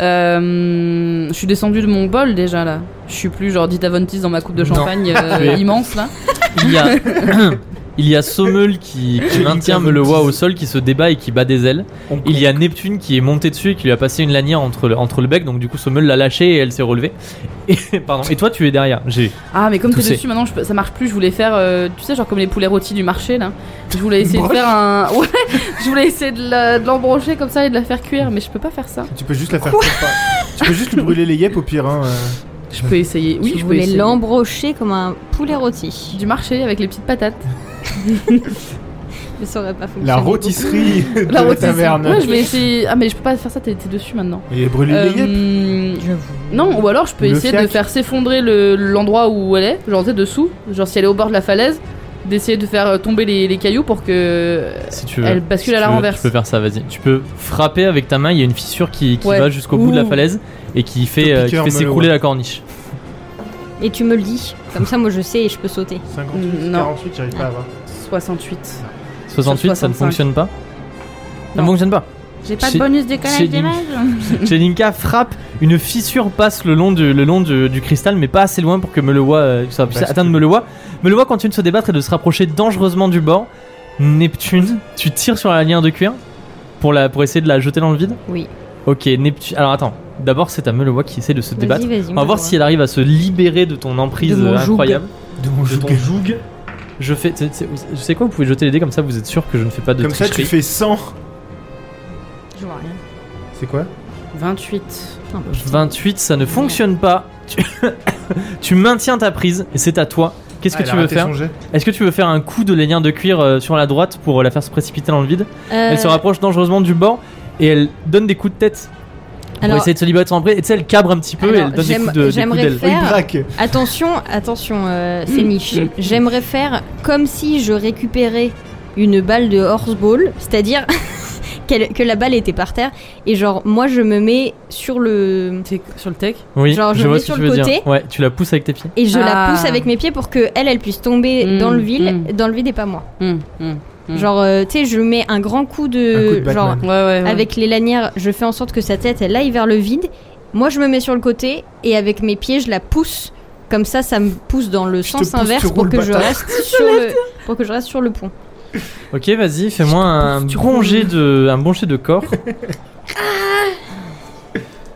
S5: euh, Je suis descendue de mon bol déjà là. Je suis plus genre Dita Von Teese dans ma coupe de
S1: Non.
S5: champagne euh,
S1: Tu es-
S5: immense là.
S1: Il y a, il y a Sommel qui, qui maintient Melewa au sol, qui se débat et qui bat des ailes.
S3: On-
S1: Il y a Neptune qui est monté dessus et qui lui a passé une lanière entre le, entre le bec, donc du coup Sommel l'a lâché et elle s'est relevée. Et, pardon. et toi tu es derrière. J'ai.
S5: Ah, mais comme t'es
S1: Tousser.
S5: dessus maintenant, je peux- ça marche plus. Je voulais faire, euh, tu sais, genre comme les poulets rôtis du marché là. Je voulais essayer de
S3: Broche.
S5: faire un. Ouais, je voulais essayer de la- de l'embrocher comme ça et de la faire cuire, mais je peux pas faire ça.
S3: Tu peux juste la faire. tu peux juste lui brûler les yeux au pire. Hein. euh.
S5: Je peux essayer. Oui,
S2: je
S5: je peux
S2: voulais
S5: essayer.
S2: l'embrocher comme un poulet rôti.
S5: Du marché avec les petites patates.
S2: Mais ça aurait pas fonctionné.
S3: La rôtisserie de la,
S5: rôtisserie.
S3: taverne.
S5: Ouais, je vais essayer. Ah, mais je peux pas faire ça, t'es t'es dessus maintenant.
S3: Et brûler les yeux.
S5: Euh, non, ou alors je peux
S3: Le
S5: essayer de
S3: fiac.
S5: faire s'effondrer le- l'endroit où elle est, genre tu sais, dessous, genre si elle est au bord de la falaise, d'essayer de faire euh, tomber les, les cailloux pour que. euh,
S1: Si tu veux.
S5: Elle bascule
S1: Si
S5: à la
S1: tu veux,
S5: renverse.
S1: Tu peux faire ça, vas-y. Tu peux frapper avec ta main. Il y a une fissure qui, qui
S5: Ouais.
S1: va jusqu'au bout de la
S5: Ouh.
S1: falaise et qui fait,
S3: Te
S1: euh, qui
S3: piqueur,
S1: fait
S3: Melewa.
S1: s'écrouler la corniche.
S2: Et tu me le dis. Comme ça, moi, je sais et je peux sauter.
S3: 58,
S5: Non.
S3: 48, j'arrive pas à voir.
S5: 68.
S1: 68, ça ne
S5: 65.
S1: fonctionne pas. Ça ne
S5: Non.
S1: fonctionne pas.
S5: J'ai
S1: pas de Chez-
S5: bonus
S1: décalage chez- d'image. Chelinka frappe, une fissure passe le long du, le long du, du cristal, mais pas assez loin pour que Melewa euh, que ça puisse
S3: Parce
S1: atteindre
S3: que-
S1: Melewa. Melewa continue de se débattre et de se rapprocher dangereusement du bord. Neptune, tu tires sur la lanière de cuir pour, la, pour essayer de la jeter dans le vide
S2: Oui.
S1: Ok, Neptune. Alors attends, d'abord c'est à Melewa qui essaie de se débattre.
S2: Vas-y, vas-y.
S1: On va voir si elle arrive à se libérer de ton emprise
S5: hein. De mon
S1: euh,
S5: joug.
S1: incroyable.
S3: De mon
S1: De ton
S3: joug.
S1: joug. Je fais. c'est- c'est- Je sais quoi, vous pouvez jeter les dés comme ça, vous êtes sûr que je ne fais pas de
S3: Comme ça, tu
S1: tricherie.
S3: fais 100.
S2: Je vois rien.
S3: C'est quoi
S5: 28.
S1: 28, ça ne fonctionne pas. Tu, tu maintiens ta prise et c'est à toi. Qu'est-ce que
S3: Ah, elle
S1: tu
S3: a
S1: veux
S3: raté
S1: faire
S3: son jet.
S1: Est-ce que tu veux faire un coup de lanière de cuir euh, sur la droite pour la faire se précipiter dans le vide Elle se
S2: Euh,
S1: rapproche dangereusement du bord et elle donne des coups de tête pour
S2: alors,
S1: essayer de se libérer de son emprise. Et tu sais, elle cabre un petit peu et
S2: Alors,
S1: elle donne des
S2: j'aime-
S1: coups de- des coups
S2: j'aimerais
S1: d'aile.
S3: Oh, il
S4: Ah.
S2: Faire-
S3: braque.
S2: Attention, attention, euh,
S5: Mm.
S2: c'est niche. J'aimerais faire comme si je récupérais une balle de horseball, c'est-à-dire qu'elle- que la balle était par terre, et genre, moi je me mets sur le.
S5: T'es sur le tech
S1: Oui,
S2: Genre, je
S1: je
S2: me
S1: vois
S2: mets
S1: ce que
S2: sur
S1: tu
S2: le
S1: veux dire.
S2: côté.
S1: Ouais, tu la pousses avec tes pieds.
S2: Et je la
S5: Ah.
S2: pousse avec mes pieds pour que elle, elle puisse tomber
S5: Mm,
S2: dans le vide,
S5: mm.
S2: dans le vide et pas moi.
S5: Hum, hum. Mm.
S2: Genre, euh, tu sais, je mets un grand coup
S3: Un coup
S2: de,
S3: de Batman.
S2: genre,
S5: Ouais, ouais, ouais.
S2: avec les lanières, je fais en sorte que sa tête elle aille vers le vide. Moi, je me mets sur le côté et avec mes pieds, je la pousse. Comme ça, ça me pousse dans le
S3: Je te
S2: sens
S3: pousse,
S2: inverse
S3: tu
S2: pour
S3: roules,
S2: que je
S3: bâtard.
S2: reste sur le pour que je reste sur le pont.
S1: Ok, vas-y, fais-moi un
S5: tu
S1: bon
S5: roules.
S1: jet de, un bon jet de corps.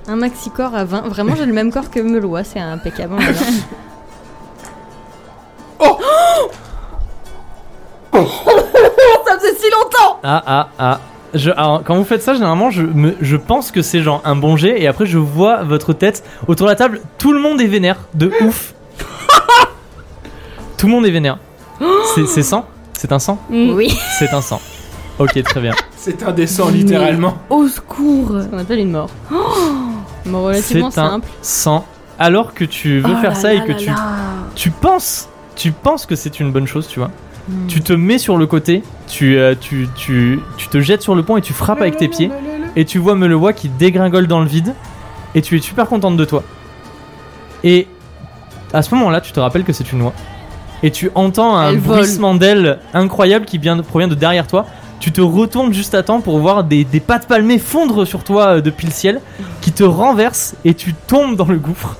S2: Un maxi corps à 20. Vraiment, j'ai le même corps que Melois, c'est impeccable. hein, alors.
S5: ça faisait si longtemps
S1: Ah ah ah. Je- alors, quand vous faites ça, généralement, je, me- je pense que c'est genre un bon jet, et après, je vois votre tête autour de la table. Tout le monde est vénère, de ouf. tout le monde est vénère. C'est- C'est 100 C'est un 100
S2: Oui.
S1: C'est un 100. Ok, très bien.
S3: C'est indécent, littéralement.
S4: Au secours
S2: On appelle une mort. Mort
S1: C'est
S2: relativement
S1: un
S2: simple.
S1: 100. Alors que tu veux
S4: Oh
S1: faire
S4: là
S1: ça
S4: là
S1: et que
S4: là
S1: tu,
S4: là.
S1: tu penses, tu penses que c'est une bonne chose, tu vois.
S2: Hmm.
S1: Tu te mets sur le côté, tu, euh, tu, tu, tu te jettes sur le pont et tu frappes avec tes pieds. Et tu vois Melewa qui dégringole dans le vide. Et tu es super contente de toi. Et à ce moment-là, tu te rappelles que c'est une oie. Et tu entends un
S4: Elle vole.
S1: bruissement d'ailes incroyable qui vient, provient de derrière toi. Tu te retournes juste à temps pour voir des, des pattes palmées fondre sur toi euh, depuis le ciel, qui te renversent et tu tombes dans le gouffre.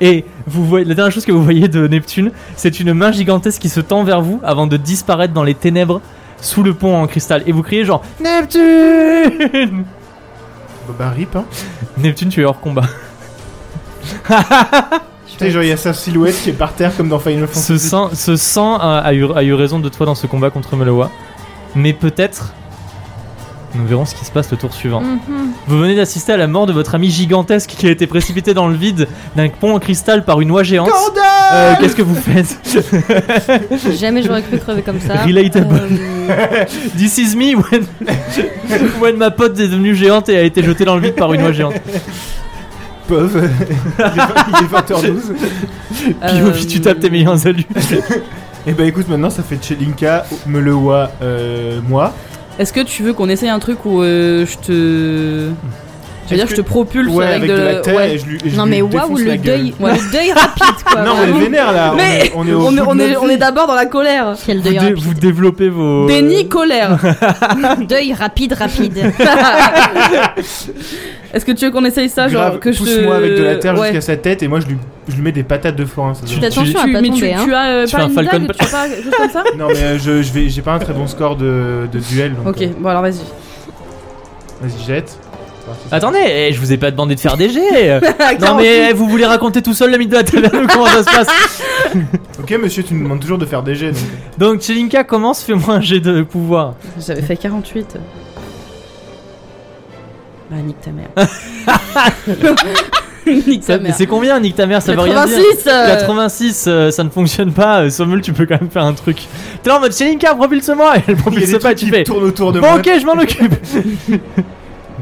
S1: Et vous voyez, la dernière chose que vous voyez de Neptune, c'est une main gigantesque qui se tend vers vous avant de disparaître dans les ténèbres sous le pont en cristal. Et vous criez genre Neptune
S3: Bah, bah, rip, hein.
S1: Neptune, tu es hors combat.
S3: Tu sais, genre, il y a sa silhouette qui est par terre comme dans Final Fantasy.
S1: Ce sang, ce sang a, a eu, a eu raison de toi dans ce combat contre Meloa. Mais peut-être. Nous verrons ce qui se passe le tour suivant.
S2: Mhm.
S1: Vous venez d'assister à la mort de votre ami gigantesque qui a été précipité dans le vide d'un pont en cristal par une oie géante. Euh, Qu'est-ce que vous faites
S2: Jamais j'aurais cru crever comme ça.
S1: Relatable.
S2: Euh,
S1: This is me when, when ma pote est devenue géante et a été jetée dans le vide par une oie géante.
S3: Pauvre. il est 20h12.
S5: Euh,
S1: Piofi, tu tapes tes meilleurs saluts.
S3: Et bah écoute, maintenant ça fait Chelinka, Melewa, euh, moi.
S4: Est-ce que tu veux qu'on essaye un truc où euh, je te. Je
S3: Est-ce
S4: veux dire,
S3: que-
S4: je te propulse
S3: Ouais,
S4: avec, euh,
S3: avec, de la terre
S4: ouais.
S3: et je lui. et je
S2: Non
S3: lui
S2: mais waouh
S3: défonce
S2: le
S3: la gueule.
S2: deuil, le deuil rapide quoi.
S3: Non, on est
S2: vraiment.
S3: vénère là. on
S4: Mais-
S3: est- on est au
S4: On est,
S3: bout de
S4: on est-
S3: notre
S4: on est
S3: vie.
S4: d'abord dans la colère.
S2: Quel
S1: Vous,
S2: deuil
S1: dé- vous
S2: rapide.
S1: développez vos. euh,
S3: Euh.
S4: Déni colère.
S2: Deuil rapide rapide.
S4: Est-ce que tu veux qu'on essaye ça, genre
S3: Grave,
S4: que je te-
S3: pousse-moi avec de la terre
S4: Ouais.
S3: jusqu'à sa tête et moi je lui, je lui mets des patates de forain. ça se voit.
S2: Attention à
S4: tu,
S2: pas
S4: mais
S2: tomber,
S4: tu,
S2: hein.
S4: tu as euh,
S1: Tu
S4: pas
S1: fais un
S4: une
S1: Falcon
S4: dague, tu as pas quelque chose comme ça
S3: Non mais euh, je, je vais, j'ai pas un très bon score de, de duel. donc,
S4: Ok,
S3: euh,
S4: bon alors vas-y.
S3: Vas-y jette.
S1: Attendez, eh, je vous ai pas demandé de faire des jets. non
S4: 48.
S1: mais eh, vous voulez raconter tout seul la mythe de la taverne ou comment ça se passe
S3: Ok monsieur, tu nous demandes toujours de faire des jets. donc.
S1: Donc Chelinka commence, fais-moi un jet de pouvoir.
S4: J'avais fait 48. Bah nique ta mère. nique
S1: Ça-
S4: ta
S1: mais
S4: mère.
S1: c'est combien Nick ta mère ça veut rien dire
S4: 86 euh,
S1: 86, euh, ça ne fonctionne pas. euh, Sommel, tu peux quand même faire un truc. T'es là en mode Chelinka, propulse-moi Et elle
S3: Il y a
S1: propulse
S3: des
S1: pas,
S3: trucs
S1: tu
S3: qui
S1: fais.
S3: tournent autour de
S1: Bon,
S3: moi.
S1: ok, je m'en occupe.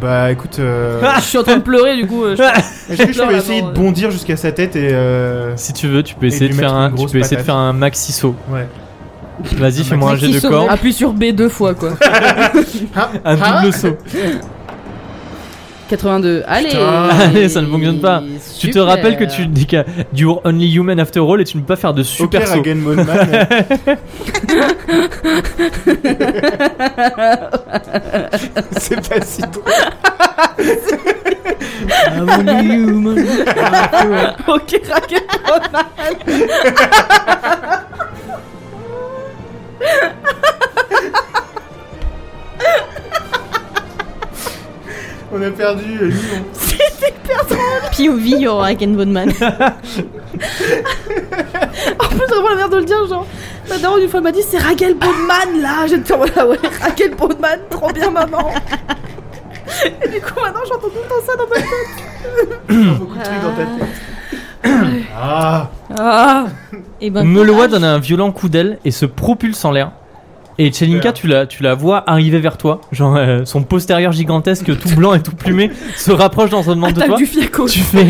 S3: Bah écoute, euh,
S4: Je suis en train de pleurer du coup. euh, je-
S3: est-ce que je
S4: Non,
S3: peux
S4: là,
S3: essayer
S4: non,
S3: de
S4: euh.
S3: bondir jusqu'à sa tête et euh,
S1: si tu veux, tu peux
S3: Et
S1: essayer
S3: lui
S1: de faire
S3: mettre
S1: un,
S3: une
S1: tu
S3: grosse
S1: peux essayer de
S3: patate.
S1: faire un maxi saut.
S3: ouais.
S1: Vas-y, fais-moi un jet de
S2: maxi saut,
S1: corps,
S4: Appuie sur B deux fois quoi.
S1: un double saut.
S4: 82. Allez
S3: Putain.
S1: Allez, ça ne fonctionne pas. Tu te
S4: Super.
S1: rappelles que tu dis que you're only human after all et tu ne peux pas faire de super
S3: Super
S1: saut.
S3: Again Moleman, euh, C'est pas si drôle.
S1: I'm only human after all.
S4: Ok, raquette Roman.
S3: On a perdu. euh, Lyon.
S2: POV aura Ken Bonman.
S4: En plus, j'ai vraiment la merde de le dire, genre. Ma daronne, une fois, elle m'a dit c'est Raquel Baudman là. J'étais en mode ah ouais, Raquel Baudman, trop bien, maman. Et du coup, maintenant, j'entends tout le temps ça dans ma tête.
S3: Beaucoup de trucs dans ta tête. Ah,
S4: Ah
S2: Et ben
S1: Meloa donne un violent coup d'aile et se propulse en l'air. Et Chelinka,
S3: Super.
S1: tu la, tu la vois arriver vers toi. Genre, euh, son postérieur gigantesque, tout blanc et tout plumé, se rapproche dans un moment de
S5: Ah,
S1: toi.
S4: Attaque du fiaco.
S1: Tu fais,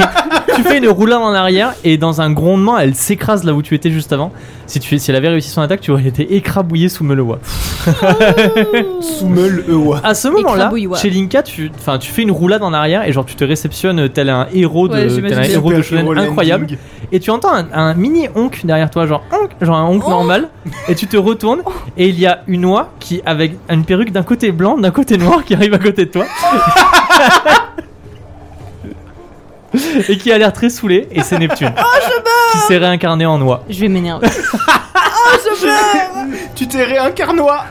S1: tu fais une roulade en arrière et dans un grondement, elle s'écrase là où tu étais juste avant. Si, tu, si elle avait réussi son attaque, tu aurais été écrabouillé sous Meloa.
S3: Soumel Ah, Ewa.
S1: À ce moment-là,
S2: Écrabouillois.
S1: Chelinka, tu, enfin, tu fais une roulade en arrière et genre tu te réceptionnes tel un héros de,
S4: Ouais, j'imagine
S1: tel un
S4: bien.
S1: héros de
S3: Super
S1: shonen
S3: hero
S1: incroyable.
S3: landing.
S1: et tu entends un, un mini honk derrière toi, genre honk, genre un
S4: Oh.
S1: honk normal, et tu te retournes, et il y a une oie qui, avec une perruque d'un côté blanc, d'un côté noir, qui arrive à côté de toi. et qui a l'air très saoulé, et c'est Neptune.
S4: Oh,
S1: Qui s'est réincarné en oie.
S2: Je vais m'énerver.
S4: Ah,
S3: Tu t'es réincarnois.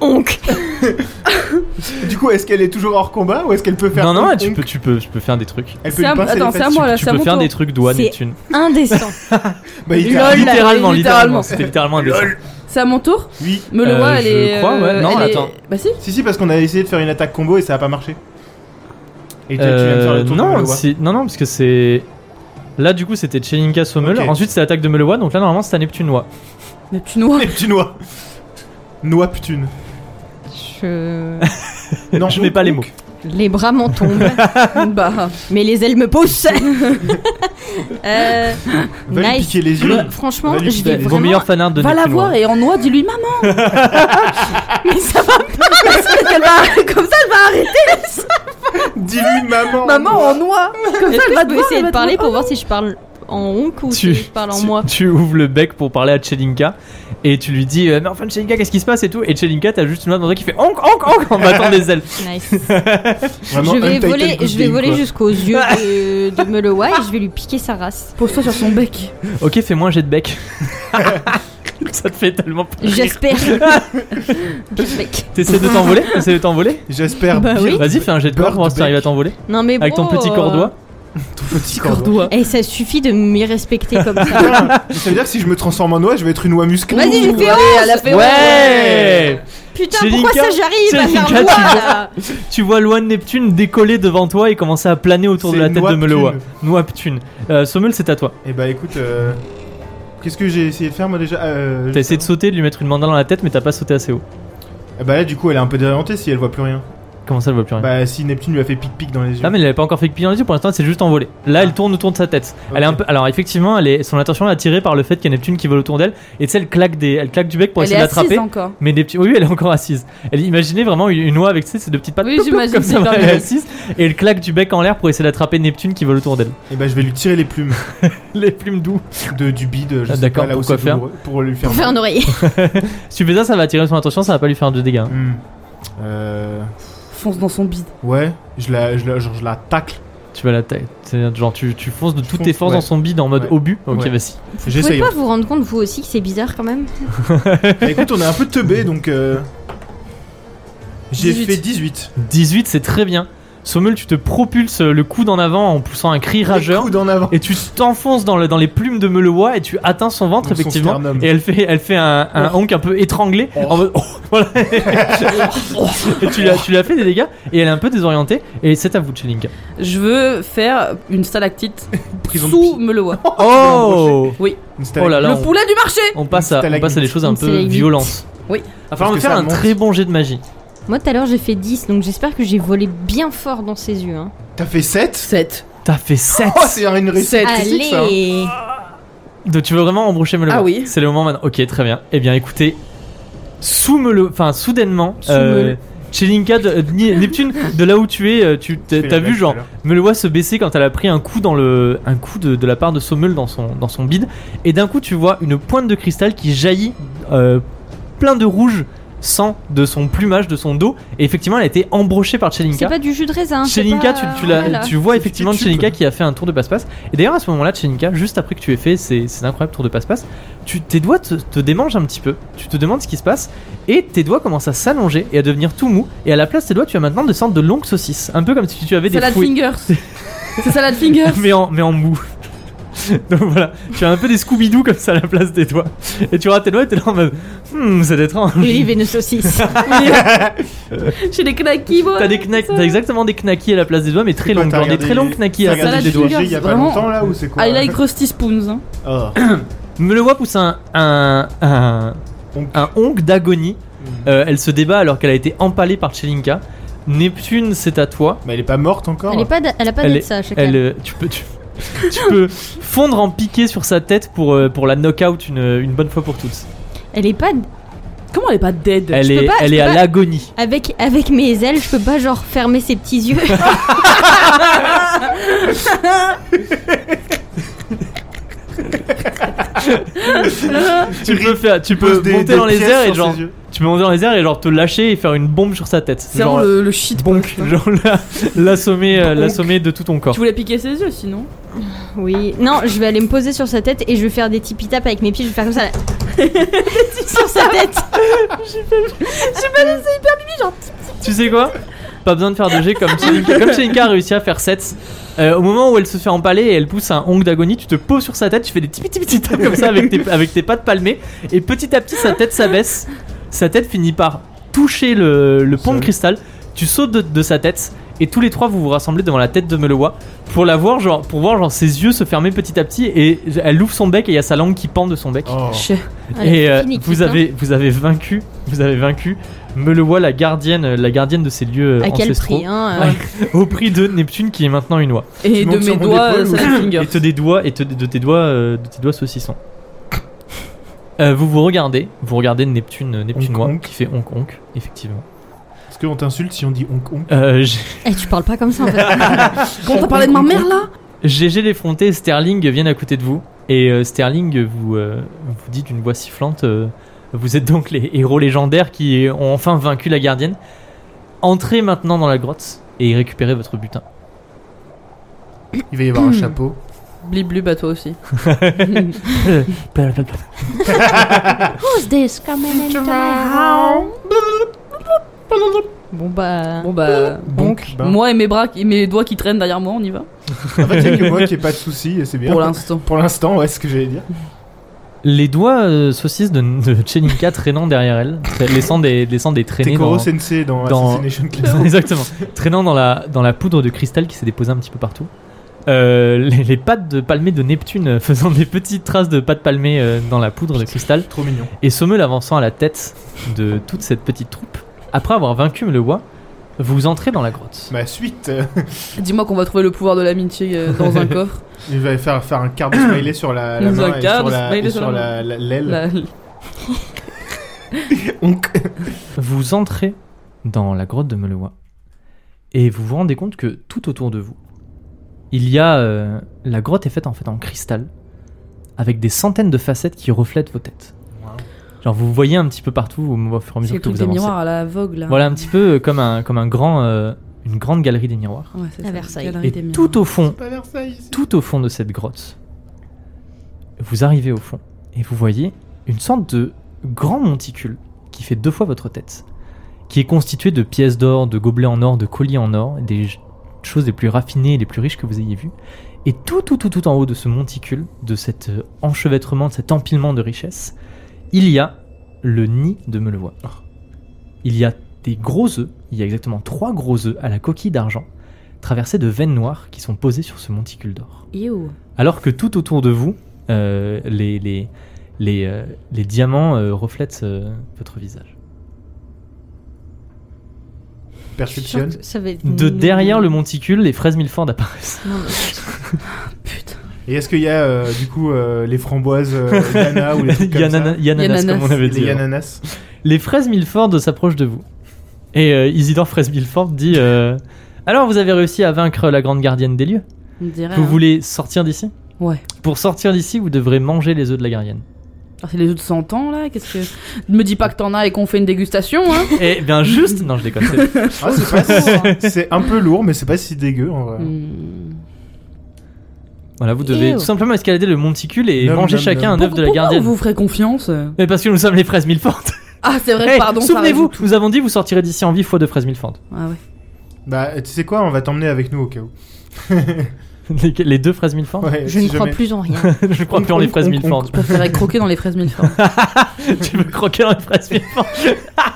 S2: Honk.
S3: Du coup, est-ce qu'elle est toujours hors combat ou est-ce qu'elle peut faire
S1: Non, non,
S3: honk,
S1: tu
S3: honk
S1: peux, tu, peux, tu peux faire des trucs.
S3: Elle peut
S4: C'est
S3: lui
S4: à-
S3: pincer
S4: Attends,
S3: les
S4: c'est à
S3: fesses.
S4: Ah, moi là,
S1: tu
S4: c'est à
S1: peux
S4: mon
S1: faire
S4: tour.
S1: des trucs d'oie,
S2: C'est-
S1: Neptune.
S2: Indécent.
S3: Bah, il
S4: Lol.
S1: Littéralement,
S3: t'a-
S4: Littéralement.
S1: littéralement.
S4: Littéralement.
S1: C'était littéralement un dessin.
S4: C'est à mon tour
S3: Oui.
S4: Me le
S1: Euh,
S4: vois, elle
S1: je
S4: est.
S1: crois, ouais.
S4: euh,
S1: Non,
S4: elle est-
S1: attends.
S4: Bah si.
S3: Si, si, parce qu'on a essayé de faire une attaque combo et ça a pas marché. Et toi, tu viens de faire
S1: Euh,
S3: le tour de
S1: non,
S3: Meloa.
S1: c'est- non, non, parce que c'est. Là, du coup, c'était Chelinka Sommel.
S3: Ok.
S1: Ensuite, c'est l'attaque de Meloa. Donc là, normalement, c'est à Neptunois.
S4: Neptunois.
S3: Neptunois. Noix Ptune.
S2: Je...
S3: Non,
S1: Je mets pas les mots.
S2: Les bras m'en tombent,
S4: bah.
S2: mais les ailes me poussent. Euh,
S3: Va lui
S2: nice.
S3: piquer les yeux.
S2: Bah, Franchement,
S3: Va lui
S2: je vais
S3: piquer.
S1: Vos
S2: vraiment.
S1: meilleurs fanards de hein.
S4: Va la
S1: Neptunois.
S4: voir et en noix, dis-lui maman.
S2: Mais ça va
S4: Elle va- Comme ça, elle va arrêter.
S3: Dis-lui, maman.
S4: Maman en noix. Comme
S2: Est-ce
S4: ça, elle
S2: que
S4: va
S2: je
S4: te
S2: peux
S4: voir,
S2: essayer
S4: elle
S2: de
S4: va te
S2: parler
S4: voir.
S2: pour voir si je parle en honk ou si je parle en
S1: tu-
S2: moi
S1: tu ouvres le bec pour parler à Chelinka et tu lui dis euh, Mais enfin, Chelinka, qu'est-ce qui se passe et tout Et Chelinka, t'as juste une main dans le dos qui fait Onk, onk, onk en battant des ailes.
S2: Nice.
S3: Vraiment,
S2: je vais
S3: Untitled
S2: voler,
S3: Goose
S2: je vais
S3: Game,
S2: voler
S3: quoi.
S2: jusqu'aux yeux de, de Meloa et je vais lui piquer sa race.
S4: Pose-toi sur son bec.
S1: Ok, fais-moi un jet de bec. Ça te fait tellement. peur.
S2: J'espère. J'espère.
S1: T'essaies de t'envoler T'essaies de t'envoler
S3: J'espère
S2: Bah
S3: bien.
S2: oui.
S1: Vas-y, fais un jet de corps pour voir si t'arrives à t'envoler.
S2: Non mais
S1: Avec ton
S2: bon,
S1: petit
S2: euh,
S1: cordois.
S3: Ton petit cordeau.
S4: Cordois.
S2: Eh, ça suffit de m'y respecter comme ça.
S3: Ah, ça veut dire que si je me transforme en noix, je vais être une noix musquée.
S2: Vas-y, j'ai fait honte.
S4: Elle a fait
S1: Ouais
S2: Putain,
S1: Chez
S2: pourquoi
S1: Linka,
S2: ça j'arrive à
S1: chez
S2: faire
S1: Linka,
S2: moi
S1: tu
S2: là
S1: Tu vois Loane Neptune décoller devant toi et commencer à planer autour de
S3: C'est
S1: la tête de
S3: Noaptune.
S1: Meloa. Noaptune. Euh, Sommel, c'est à toi.
S3: Et bah écoute, euh, qu'est-ce que j'ai essayé de faire moi déjà Euh,
S1: T'as essayé de sauter, de lui mettre une mandale dans la tête, mais t'as pas sauté assez haut.
S3: Eh Bah là, du coup, elle est un peu désorientée si elle voit plus rien.
S1: Comment ça, elle voit plus rien
S3: Bah si Neptune lui a fait pic-pic dans les yeux.
S1: Ah mais elle avait pas encore fait que piller dans les yeux pour l'instant elle s'est juste envolée. Là elle tourne autour de sa tête. Elle est
S3: Ah.
S1: un
S3: Ok.
S1: peu alors effectivement elle est son attention est attirée par le fait qu'il y a Neptune qui vole autour d'elle et tu sais elle claque des elle claque du bec pour
S4: Elle est
S1: essayer de l'attraper.
S4: assise hein. encore.
S1: Mais Neptune oui oui, elle est encore assise. Elle imaginait vraiment une- une noix avec tu sais, ses deux petites pattes
S4: Oui,
S1: ploup, ploup,
S4: j'imagine,
S1: comme ça
S4: c'est
S1: elle est
S4: parfait.
S1: assise et elle claque du bec en l'air pour essayer d'attraper Neptune qui vole autour d'elle.
S3: Et bah je vais lui tirer les plumes
S1: Les plumes doux.
S3: de, du bide. Je
S1: Ah,
S3: sais
S1: d'accord,
S3: pas, là où
S1: pour quoi
S3: c'est
S1: faire
S3: douloureux, Pour lui faire.
S2: Pour faire un oreiller.
S1: Si tu fais ça ça va attirer son attention ça va pas lui faire de dégâts. hein.
S3: Hmm. Euh,
S4: Fonce dans son bide.
S3: ouais, je la, je la, genre, je la tacle.
S1: Tu vas la tête genre tu, tu fonces de toutes
S3: fonce,
S1: tes forces
S3: ouais.
S1: dans son bide en mode
S3: Ouais.
S1: obus. Ok
S3: Ouais.
S1: vas-y.
S2: Vous pouvez
S3: J'essaye. hein.
S2: pas vous rendre compte vous aussi que c'est bizarre quand même
S3: Bah, écoute, on est un peu teubé donc. euh, J'ai
S4: 18.
S3: fait 18.
S1: 18 c'est très bien. Sommel tu te propulses le coude en avant en poussant un cri rageur.
S3: Coup d'en avant.
S1: Et tu t'enfonces dans, le- dans les plumes de Melewa et tu atteins son ventre,
S3: Dans son
S1: effectivement.
S3: sternum.
S1: et elle fait, elle fait un, un honk un peu étranglé. en mode, oh, voilà. et tu l'as, tu l'as fait des dégâts. Et elle est un peu désorientée. Et c'est à vous, Chelinka.
S4: Je veux faire une stalactite
S3: Prison de
S4: sous
S3: pied.
S4: me le voit.
S1: Oh
S3: Une
S1: Oh là là.
S4: Le
S1: on-
S4: poulet du marché
S1: On passe, à, on
S3: stalagmite.
S1: passe à des choses un
S2: Une
S1: peu
S2: stalagmite.
S1: violentes.
S4: Oui.
S1: Il va
S3: Parce
S1: me
S3: que
S1: faire
S3: ça
S1: un
S3: monte.
S1: très bon jet de magie.
S2: Moi tout à l'heure j'ai fait 10 donc j'espère que j'ai volé bien fort dans ses yeux. hein.
S3: T'as fait 7
S4: 7.
S1: T'as fait 7.
S3: Oh, c'est une réussite.
S4: Sept.
S3: critique, ça. hein.
S2: Allez
S1: Donc tu veux vraiment embroucher Melewa
S4: Ah oui.
S1: C'est le moment maintenant. Ok, très bien. Eh bien, écoutez, sous Melo- enfin soudainement,
S4: Sous
S1: euh,
S4: Mele-
S1: Chelinka, de- euh, Ni- Neptune, de là où tu es, euh, tu
S3: Je fais
S1: t'as
S3: la
S1: t'as
S3: blague
S1: vu
S3: tout
S1: genre
S3: à l'heure.
S1: Melewa se baisser quand elle a pris un coup dans le, un coup de, de la part de Sommel dans son, dans son bide, et d'un coup tu vois une pointe de cristal qui jaillit euh, plein de rouge sang de son plumage, de son dos, et effectivement elle a été embrochée par
S2: C'est
S1: Chelinka.
S2: pas du jus de raisin. hein, c'est
S1: Chelinka,
S2: pas-
S1: tu, tu, la-
S2: voilà.
S1: tu vois
S3: C'est
S1: effectivement
S3: Pikachu,
S1: Chelinka
S3: quoi.
S1: qui a fait un tour de passe-passe. Et d'ailleurs, à ce moment-là, Chelinka, juste après que tu aies fait ces, ces incroyables tours de passe-passe, tu, tes doigts te, te démangent un petit peu. Tu te demandes ce qui se passe. Et tes doigts commencent à s'allonger et à devenir tout mou. Et à la place de tes doigts, tu as maintenant des sortes de longues saucisses. Un peu comme si tu avais des
S4: Salad
S1: fouets.
S4: fingers. C'est salad fingers.
S1: mais, en, mais en mou. Donc voilà, tu as un peu des Scooby-Doo comme ça à la place des doigts. Et tu auras tes doigts et t'es là en mode Hmm, c'est étrange.
S2: Olive et nos saucisses.
S4: J'ai des knackis, moi.
S1: T'as des knack- t'as exactement des knackis à la place des doigts, mais très
S3: quoi,
S1: longues.
S3: t'as
S1: genre Des
S3: regardé-
S1: très longs knackis
S3: T'as
S1: à la
S4: Salade
S1: place des doigts.
S3: regardé GG
S4: fingers,
S3: il y a pas
S4: vraiment.
S3: longtemps là ou c'est quoi
S4: I like Rusty Spoons. hein.
S3: Oh.
S1: Me le vois pousse un, un, un,
S3: Honk.
S1: un honk d'agonie.
S3: Mhm.
S1: Euh, elle se débat alors qu'elle a été empalée par Chelinka. Neptune, c'est à toi.
S3: Mais elle Bah, est pas morte encore.
S2: Elle, est pas d'a- elle a pas
S1: Elle
S2: d'être
S1: est-
S2: ça, chacun.
S1: Elle, euh, tu peux, tu, tu peux fondre en piqué sur sa tête pour, euh, pour la knockout une, une bonne fois pour toutes.
S2: Elle est pas.
S4: Comment elle est pas dead
S1: Elle
S2: peux
S1: est,
S2: pas, je
S1: elle
S2: peux
S1: est à
S2: pas.
S1: l'agonie.
S2: Avec, avec mes ailes, je peux pas genre fermer ses petits yeux.
S5: Ah,
S1: Tu peux faire, tu peux
S3: Pose des-
S1: monter
S3: des
S1: dans les
S3: pièces
S1: airs et
S3: sur
S1: genre,
S3: ses yeux.
S1: tu peux monter dans les airs et genre te lâcher et faire une bombe sur sa tête.
S4: C'est
S1: Genre, euh,
S4: vraiment le, le shit.
S1: bonk, genre la- l'assommer, euh,
S4: Bonk.
S1: l'assommer de tout ton corps.
S4: Tu voulais piquer ses yeux sinon
S2: oui. Non, je vais aller me poser sur sa tête et je vais faire des tipi tap avec mes pieds. Je vais faire comme ça. là. sur sa tête.
S1: Tu sais quoi Pas besoin de faire de G comme Chelinka. Comme Chelinka a réussi à faire 7. au moment où elle se fait empaler et elle pousse un hong d'agonie, tu te poses sur sa tête, tu fais des petits petits petits tapes comme ça avec tes, avec tes pattes palmées. Et petit à petit, sa tête s'abaisse. Sa tête finit par toucher le, le pont de
S3: Ça-
S1: cristal. Tu sautes de, de sa tête. Et tous les trois, vous vous rassemblez devant la tête de Meloa pour la voir, genre, pour voir genre ses yeux se fermer petit à petit. Et elle ouvre son bec et il y a sa langue qui pend de son bec.
S3: Oh.
S4: Je-
S2: Allez,
S1: Et euh,
S2: fini, quitte,
S1: vous
S2: hein.
S1: avez vous avez vaincu vous avez vaincu Melewa la gardienne euh, la gardienne de ces lieux
S2: À quel
S1: ancestraux
S2: prix, hein euh,
S1: Ouais. au prix de Neptune qui est maintenant une oie
S5: Et
S3: Tu
S5: de
S3: montes sur
S5: mes
S3: mon
S5: doigts,
S3: épaule
S5: euh,
S3: ou-
S5: ça finger.
S1: et te des doigts et te- de tes doigts euh, de tes doigts saucissons. Euh, vous vous regardez vous regardez Neptune euh, Neptune
S3: Honk,
S1: oie
S3: honk.
S1: qui fait Hong Kong effectivement.
S3: Est-ce qu'on t'insulte si on dit Hong Kong
S1: Euh, G-
S2: Eh, tu parles pas comme ça en fait.
S5: Bon, t'as parlé de ma mère là
S1: GG l'effronté et Sterling viennent à côté de vous et euh, Sterling vous euh, vous dit d'une voix sifflante euh, vous êtes donc les héros légendaires qui ont enfin vaincu la gardienne. Entrez maintenant dans la grotte et récupérez votre butin.
S3: Il va y avoir un chapeau.
S5: Bliblub à toi aussi.
S2: Who's this coming in Bon bah.
S5: Bon bah.
S3: Donc, ben.
S5: Moi et mes bras, qui- mes doigts qui traînent derrière moi, on y va.
S3: En fait, il y a que moi qui ai pas de soucis et c'est bien.
S5: Pour l'instant.
S3: Pour l'instant, ouais, c'est ce que j'allais dire.
S1: Les doigts euh, saucisses de, de Chelinka traînant derrière elle, tra- laissant des, laissant des traînées
S3: Tekoro
S1: dans,
S3: Sensei dans,
S1: dans-
S3: Assassination Classroom.
S1: Exactement. Traînant dans la, dans la poudre de cristal qui s'est déposée un petit peu partout. Euh, les, les pattes de palmée de Neptune euh, faisant des petites traces de pattes palmées euh, dans la poudre de cristal.
S3: Trop mignon.
S1: Et Sommel avançant à la tête de toute cette petite troupe, après avoir vaincu Melewa, vous entrez dans la grotte.
S3: Ma suite, euh,
S5: Dis-moi qu'on va trouver le pouvoir de l'amitié euh, dans un coffre.
S3: il va faire, faire un quart de smiley sur la, la
S5: Nous
S3: main
S5: un
S3: et
S5: quart
S3: sur
S5: de
S3: la-
S5: smiley
S3: et
S5: sur
S3: sur
S5: la
S3: la- la- l'aile.
S5: Là,
S3: Honk.
S1: Vous entrez dans la grotte de Melewa et vous vous rendez compte que tout autour de vous, il y a euh, la grotte est faite en fait en cristal avec des centaines de facettes qui reflètent vos têtes. Genre vous voyez un petit peu partout au fur et à
S5: C'est
S1: mesure
S5: le
S1: que
S5: truc
S1: vous
S5: des
S1: avancez.
S5: miroirs à la vogue là.
S1: Voilà un petit peu euh, comme un comme un grand euh, une grande galerie des miroirs.
S5: Ouais, c'est
S2: À
S5: ça,
S2: Versailles.
S5: galerie
S1: Et
S5: des miroirs.
S1: tout au fond
S3: Pas Versailles ici.
S1: tout au fond de cette grotte, vous arrivez au fond et vous voyez une sorte de grand monticule qui fait deux fois votre tête, qui est constitué de pièces d'or, de gobelets en or, de colliers en or, des j- choses les plus raffinées et les plus riches que vous ayez vues. Et tout, tout, tout, tout en haut de ce monticule, de cet euh, enchevêtrement, de cet empilement de richesses, il y a le nid de Melevoix. Il y a des gros œufs, il y a exactement trois gros œufs à la coquille d'argent, traversés de veines noires qui sont posées sur ce monticule d'or.
S2: Ew.
S1: Alors que tout autour de vous, euh, les, les, les, euh, les diamants euh, reflètent euh, votre visage.
S2: Je suis sûre
S3: Perception.
S2: que Ça va être.
S1: De
S5: Mmh.
S1: derrière le monticule, les fraises Milford apparaissent.
S2: Non, mais-
S5: Putain.
S3: Et est-ce qu'il y a euh, du coup euh, les framboises euh, Yana ou les trucs comme
S1: Yanana- Yananas,
S5: Yananas.
S1: comme on avait
S3: ça
S1: dit.
S3: Les
S1: avant.
S3: ananas.
S1: Les fraises Milford s'approchent de vous. Et euh, Isidore Fraise Milford dit euh, Alors vous avez réussi à vaincre la grande gardienne des lieux
S5: On dirait.
S1: Vous
S5: hein.
S1: voulez sortir d'ici
S5: Ouais.
S1: Pour sortir d'ici, vous devrez manger les œufs de la gardienne.
S5: Ah, c'est les autres 100 ans là Qu'est-ce que. Me dis pas que t'en as et qu'on fait une dégustation hein
S1: Eh bien juste Non, je déconne. c'est-
S3: Ah, c'est pas- c'est un peu lourd, mais c'est pas si dégueu en vrai.
S5: Hmm.
S1: Voilà, vous devez
S2: Ew.
S1: tout simplement escalader le monticule et
S3: Nom,
S1: manger
S3: nom,
S1: chacun
S3: nom.
S1: un œuf de la
S5: Pourquoi
S1: gardienne.
S5: on vous ferait confiance
S1: Mais parce que nous sommes les fraises Milford.
S5: Ah, c'est
S2: Euh,
S5: vrai,
S1: Hey,
S5: pardon. ça
S1: Souvenez-vous,
S5: rajoute tout.
S1: nous avons dit vous sortirez d'ici en vie fois de fraises Milford.
S5: Ah ouais.
S3: Bah, tu sais quoi, on va t'emmener avec nous au cas où.
S1: Les, les deux fraises Milford
S3: Ouais,
S2: Je
S3: si
S2: ne crois
S3: jamais.
S2: plus en rien.
S1: Je crois plus en les fraises Milford.
S5: Je préférerais croquer dans les fraises mille francs.
S1: tu peux croquer dans les fraises Milford.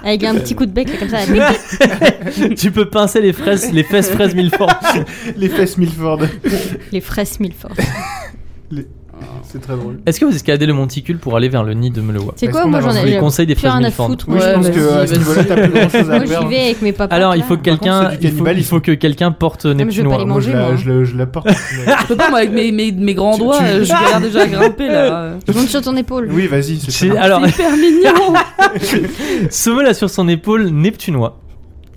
S2: Avec un petit coup de bec, là, comme ça.
S1: tu peux pincer les fraises, les fesses fraises Milford.
S3: Les fesses Milford.
S2: Les fraises Milford.
S3: C'est très drôle.
S1: Est-ce que vous escaladez le monticule pour aller vers le nid de Melewa
S2: C'est
S3: Est-ce
S2: quoi
S3: qu'on
S2: Moi
S3: avance
S2: j'en
S1: Je
S2: ai
S1: vous conseille des
S2: plus
S1: fraises
S2: rien à
S1: Milford.
S2: foutre.
S3: Oui,
S2: moi.
S5: Ouais,
S3: je pense que
S5: vas-y,
S3: à ce
S5: vas-y.
S3: niveau-là, t'as plus grand chose à
S2: Moi j'y
S3: perdre.
S2: vais avec mes papas.
S1: Alors, il faut que
S3: Par contre,
S1: quelqu'un
S3: c'est du
S1: il faut, il
S3: cannibalisme.
S1: faut que quelqu'un porte
S2: mais je
S1: Neptune
S2: vais pas
S1: Noir.
S2: les
S3: Ah, Moi,
S2: manger,
S3: je
S2: moi,
S3: la-
S2: hein.
S3: je la- je la porte. mais-
S5: Je peux pas, moi, avec mes, mes, mes grands
S3: Tu-
S5: doigts,
S3: tu-
S5: euh, je galère déjà à grimper là.
S2: Je monte sur ton épaule.
S3: Oui, vas-y, c'est
S1: C'est-
S3: ça.
S1: Alors,
S5: C'est hyper mignon
S1: Sommel a sur son épaule Neptunois.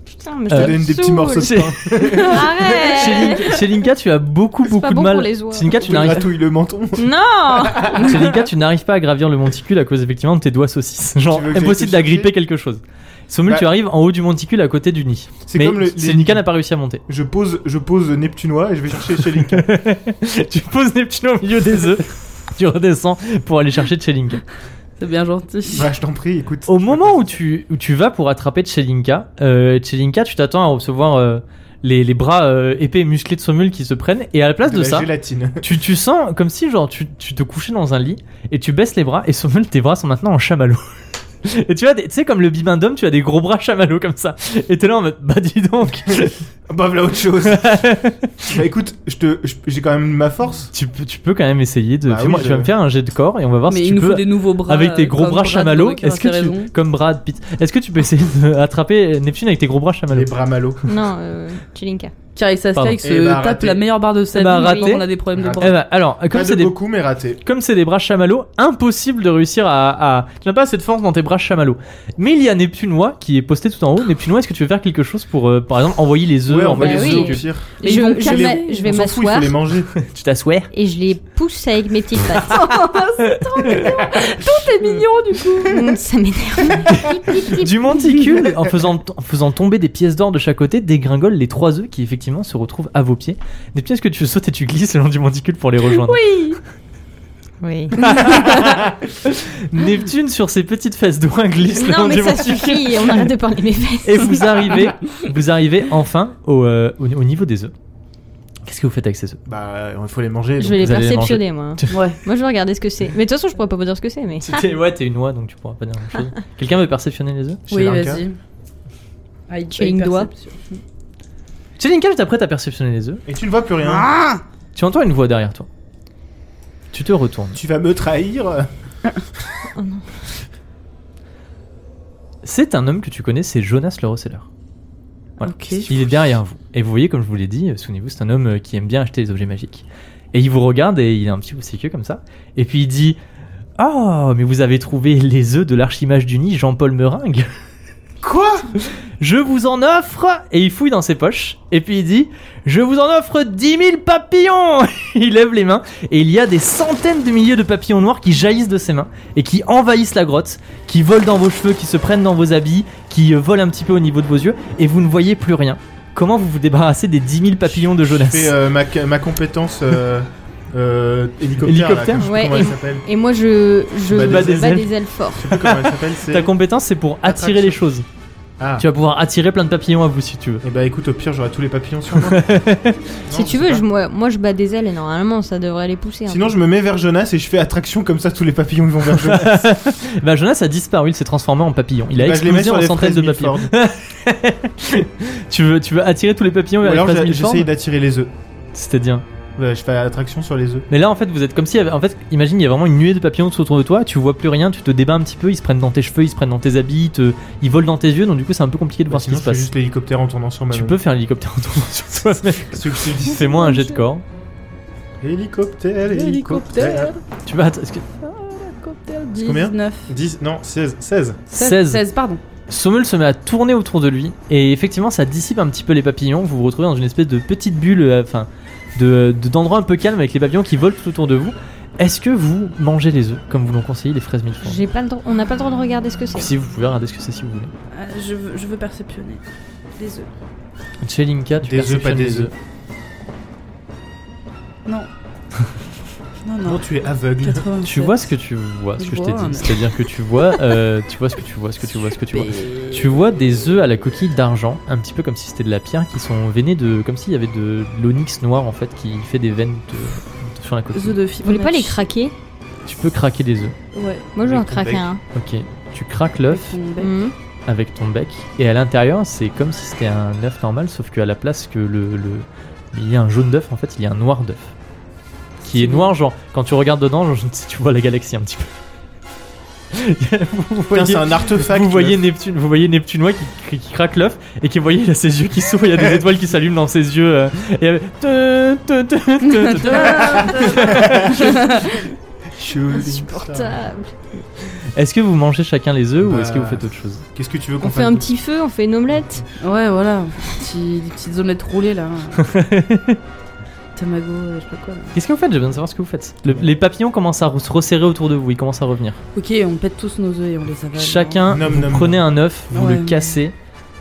S2: Putain, mais
S1: Euh,
S3: Je
S2: ça
S3: te donne
S2: me
S3: des petits
S2: saoule.
S3: morceaux de
S1: C'est-
S3: pain.
S2: Arrête
S1: Chez Lin- chez Linka, tu as beaucoup,
S2: pas
S1: beaucoup de
S2: bon
S1: mal.
S2: pour les oies.
S1: Chez Linka, Ah,
S3: Je
S1: tu
S3: te
S1: n'arrives
S3: gratouille le menton.
S2: Non
S1: Chez Linka, tu n'arrives pas à gravir le monticule à cause effectivement de tes doigts saucisses. Genre,
S3: veux que j'aille
S1: impossible
S3: te chercher
S1: d'agripper quelque chose. Sommel,
S3: Bah-
S1: tu arrives en haut du monticule à côté du nid.
S3: C'est
S1: Mais
S3: comme le. les-
S1: Linka n'a pas réussi à monter.
S3: Je pose, je pose Neptunois et je vais chercher chez Link.
S1: tu poses Neptune au milieu des œufs. Tu redescends pour aller chercher Chelinka.
S5: C'est bien gentil.
S3: Bah, je t'en prie, écoute.
S1: Au moment où tu, où tu vas pour attraper Tchelinka, euh, Tchelinka, tu t'attends à recevoir euh, les, les bras euh, épais et musclés de Somul qui se prennent, et à la place de,
S3: la
S1: ça,
S3: gélatine.
S1: tu, tu sens comme si genre tu, tu te couchais dans un lit et tu baisses les bras, et Somul, tes bras sont maintenant en chamallow. Et tu as des- tu sais, comme le bibendum, tu as des gros bras chamallows comme ça. Et t'es là en mode, bah dis donc.
S3: Bah, voilà autre chose. bah, écoute, je te- je- j'ai quand même ma force.
S1: tu, peux- tu peux quand même essayer de.
S3: Bah
S1: fais-moi-
S3: oui,
S1: tu
S3: je-
S1: vas me faire un jet de corps et on va voir
S5: Mais
S1: si
S5: il
S1: tu
S5: nous
S1: peux.
S5: faut des nouveaux bras.
S1: avec tes
S5: euh,
S1: gros
S5: comme
S1: bras
S5: Brad
S1: chamallows,
S5: Dourif,
S1: est-ce que
S5: t'as raison.
S1: tu, comme Brad Pitt, est-ce que tu peux essayer d'attraper Neptune avec tes gros bras chamallows
S3: Les bras malots.
S2: Non, euh, Tchelinka.
S5: Thierry
S1: Pardon.
S5: Saskia, il
S3: Eh
S5: se
S3: bah,
S5: euh, tape
S3: raté.
S5: la meilleure barre de
S1: Eh
S5: scène.
S1: bah,
S5: maintenant
S1: raté.
S5: qu'on a des problèmes de
S1: Eh
S5: bras.
S1: ben, alors, comme
S3: Pas
S1: c'est
S3: de
S1: des,
S3: beaucoup, mais raté.
S1: comme c'est des bras chamallows, impossible de réussir à, à- Tu n'as pas assez de force dans tes bras chamallows. Mais il y a Neptunois qui est posté tout en haut. Neptunois, est-ce que tu veux faire quelque chose pour, euh, par exemple, envoyer les œufs
S3: Ouais, on va
S1: envoyer
S2: bah
S3: les
S2: oui.
S3: œufs au pire.
S5: Mais
S2: je,
S5: ils vont
S2: je
S5: calmer.
S2: m'a- je vais
S3: On s'en fout, il
S2: m'asseoir
S3: faut les manger.
S1: Tu t'assois.
S2: et je les pousse avec mes petites pattes.
S5: Eh,
S4: T'es mignon du coup.
S2: Mm, Ça m'énerve. Clic, clic, clic.
S1: Du monticule, en faisant, en faisant tomber des pièces d'or de chaque côté, dégringolent les trois œufs qui effectivement se retrouvent à vos pieds. Des pièces que tu sautes et tu glisses le long du monticule pour les rejoindre.
S2: Oui.
S1: Neptune sur ses petites fesses d'oin glisse le
S2: Non,
S1: long
S2: mais
S1: du
S2: ça
S1: monticule.
S2: suffit, on arrête de parler de mes fesses.
S1: Et vous arrivez, vous arrivez enfin au, euh, au, au niveau des œufs. Qu'est-ce que vous faites avec ces œufs
S3: Bah, il faut les manger.
S2: Je
S3: donc.
S2: vais les
S1: vous allez les
S2: perceptionner, moi.
S5: Ouais.
S2: Moi, je vais regarder ce que c'est. Mais de toute façon, je pourrais pas vous dire ce que c'est, mais.
S1: C'était ouais, t'es une oie donc tu pourras pas dire grand chose. Quelqu'un veut perceptionner les œufs
S3: Chez
S5: Oui,
S3: Lanka.
S5: vas-y. Ah, il
S2: Tu as une doigt.
S1: Tchelinka, tu t'apprêtes à perceptionner les œufs.
S3: Et tu ne vois plus rien.
S2: Ah
S1: Tu entends une voix derrière toi. Tu te retournes.
S3: Tu vas me trahir.
S1: C'est un homme que tu connais, c'est Jonas le Receleur. Voilà.
S5: Ok.
S1: Il est derrière vous. Et vous voyez, comme je vous l'ai dit, euh, souvenez-vous, c'est un homme euh, qui aime bien acheter des objets magiques. Et il vous regarde et il est un petit peu séqueux comme ça. Et puis il dit Ah, mais vous avez trouvé les œufs de l'archimage du nid, Jean-Paul Meringue.
S3: Quoi
S1: Je vous en offre Et il fouille dans ses poches. Et puis il dit Je vous en offre 10 000 papillons Il lève les mains et il y a des centaines de milliers de papillons noirs qui jaillissent de ses mains et qui envahissent la grotte, qui volent dans vos cheveux, qui se prennent dans vos habits, qui euh, volent un petit peu au niveau de vos yeux et vous ne voyez plus rien. Comment vous vous débarrassez des 10 000 papillons de
S3: Je
S1: Jonas
S3: fais euh, ma, ma compétence euh, euh, hélicoptère. là,
S1: Hélicoptère
S3: que je sais plus
S2: Ouais,
S3: comment
S2: et-
S3: elle s'appelle
S2: Et moi, je, je
S3: Bas
S1: des
S2: bats
S1: ailes.
S2: des ailes fort.
S3: Je sais plus comment elle s'appelle.
S1: Ta
S3: C'est.
S1: compétence c'est pour attirer les choses.
S3: Ah.
S1: Tu vas pouvoir attirer plein de papillons à vous si tu veux.
S3: Et bah écoute, au pire, j'aurai tous les papillons sur moi.
S2: Si tu veux, je, hein. moi, moi, je bats des ailes et normalement, ça devrait les pousser. un
S3: Sinon, je me mets vers Jonas et je fais attraction comme ça, tous les papillons ils vont vers Jonas.
S1: Bah Jonas a disparu, il s'est transformé en papillon. Il a
S3: Bah, je les mets
S1: explosé
S3: sur
S1: en
S3: les
S1: centaines
S3: fraises
S1: de papillons.
S3: Milford.
S1: tu veux, tu veux attirer tous les papillons
S3: Ou
S1: vers les
S3: alors,
S1: phrases
S3: j'a-
S1: mille
S3: j'essaye
S1: formes
S3: d'attirer les œufs.
S1: C'est-à-dire
S3: Bah, je fais attraction sur les œufs.
S1: Mais là, en fait, vous êtes comme si, en fait, imagine, il y a vraiment une nuée de papillons tout autour de toi, tu vois plus rien, tu te débats un petit peu, ils se prennent dans tes cheveux, ils se prennent dans tes habits, ils, te- ils volent dans tes yeux, donc du coup, c'est un peu compliqué de
S3: Bah,
S1: voir ce qui
S3: sinon,
S1: se
S3: je fais
S1: passe.
S3: juste euh, l'hélicoptère en tournant sur ma
S1: Tu peux faire l'hélicoptère en tournant sur toi-même.
S3: Ce que je te dis.
S1: Fais-moi un jet de corps.
S3: Hélicoptère, hélicoptère.
S1: Tu vas. att- est-ce que-
S5: C'est
S3: combien
S5: 19.
S3: 10, non, 16. 16.
S1: 16.
S5: 16, pardon.
S1: Sommel se met à tourner autour de lui et effectivement ça dissipe un petit peu les papillons. Vous vous retrouvez dans une espèce de petite bulle, euh, enfin, de de- d'endroit un peu calme avec les papillons qui volent tout autour de vous. Est-ce que vous mangez les œufs comme vous l'ont conseillé les fraises mille
S2: peu.
S1: francs
S2: J'ai pas le droit, on n'a pas le droit de regarder ce que c'est.
S1: Si vous pouvez regarder ce que c'est si vous voulez.
S5: Ah, Je veux, je veux perceptionner. Des œufs.
S1: Chelinka, tu
S3: Des œufs,
S1: perceptionnes
S3: pas des
S1: les
S3: œufs.
S5: Non. Non,
S3: Non,
S5: non.
S3: tu es aveugle.
S5: 87.
S1: Tu vois ce que tu vois, ce
S5: Je
S1: que je t'ai
S5: vois,
S1: dit.
S5: mais-
S1: C'est-à-dire que tu vois, euh, tu vois ce que tu vois, ce que tu vois, ce que tu vois.
S5: Et-
S1: Tu vois des œufs à la coquille d'argent, un petit peu comme si c'était de la pierre, qui sont veinés de, comme s'il y avait de l'onyx noir en fait, qui fait des veines de- de- sur la
S5: œufs
S1: coquille.
S5: de
S2: Vous voulez pas les craquer
S1: Tu peux craquer des œufs.
S5: Ouais.
S2: Moi, je vais en
S3: Avec ton
S2: craquer
S3: bec.
S2: un.
S1: Ok, tu craques l'œuf
S2: Mhm.
S1: avec ton bec et à l'intérieur c'est comme si c'était un œuf normal sauf qu'à la place que le, le- il y a un jaune d'œuf en fait il y a un noir d'œuf qui est noir genre quand tu regardes dedans genre, je ne sais, tu vois la galaxie un petit peu. vous
S3: Putain,
S1: voyez,
S3: c'est un artefact.
S1: vous voyez Neptune, vous voyez Neptunois qui, cr- qui craque l'œuf et qui voyez là ses yeux qui s'ouvrent, il y a des étoiles qui s'allument dans ses yeux euh, et euh, te- te- te- te- te-
S3: Insupportable.
S2: Portable.
S1: Est-ce que vous mangez chacun les œufs ou est-ce que vous
S3: Bah.
S1: faites autre chose
S3: Qu'est-ce que tu veux qu'on
S2: On
S3: fasse
S2: fait un
S3: de-
S2: petit feu, on fait une omelette.
S5: Ouais, voilà. Petit, des petites omelettes roulées là. Tamago, euh, je sais pas quoi. là.
S1: Qu'est-ce que vous faites J'ai besoin de savoir ce que vous faites. Le- les papillons commencent à re- se resserrer autour de vous, ils commencent à revenir.
S5: Ok, on pète tous nos œufs et on les avale.
S1: Chacun,
S3: Nom,
S1: vous
S3: nom.
S1: prenez un œuf, vous
S5: Ouais,
S1: le
S5: mais-
S1: cassez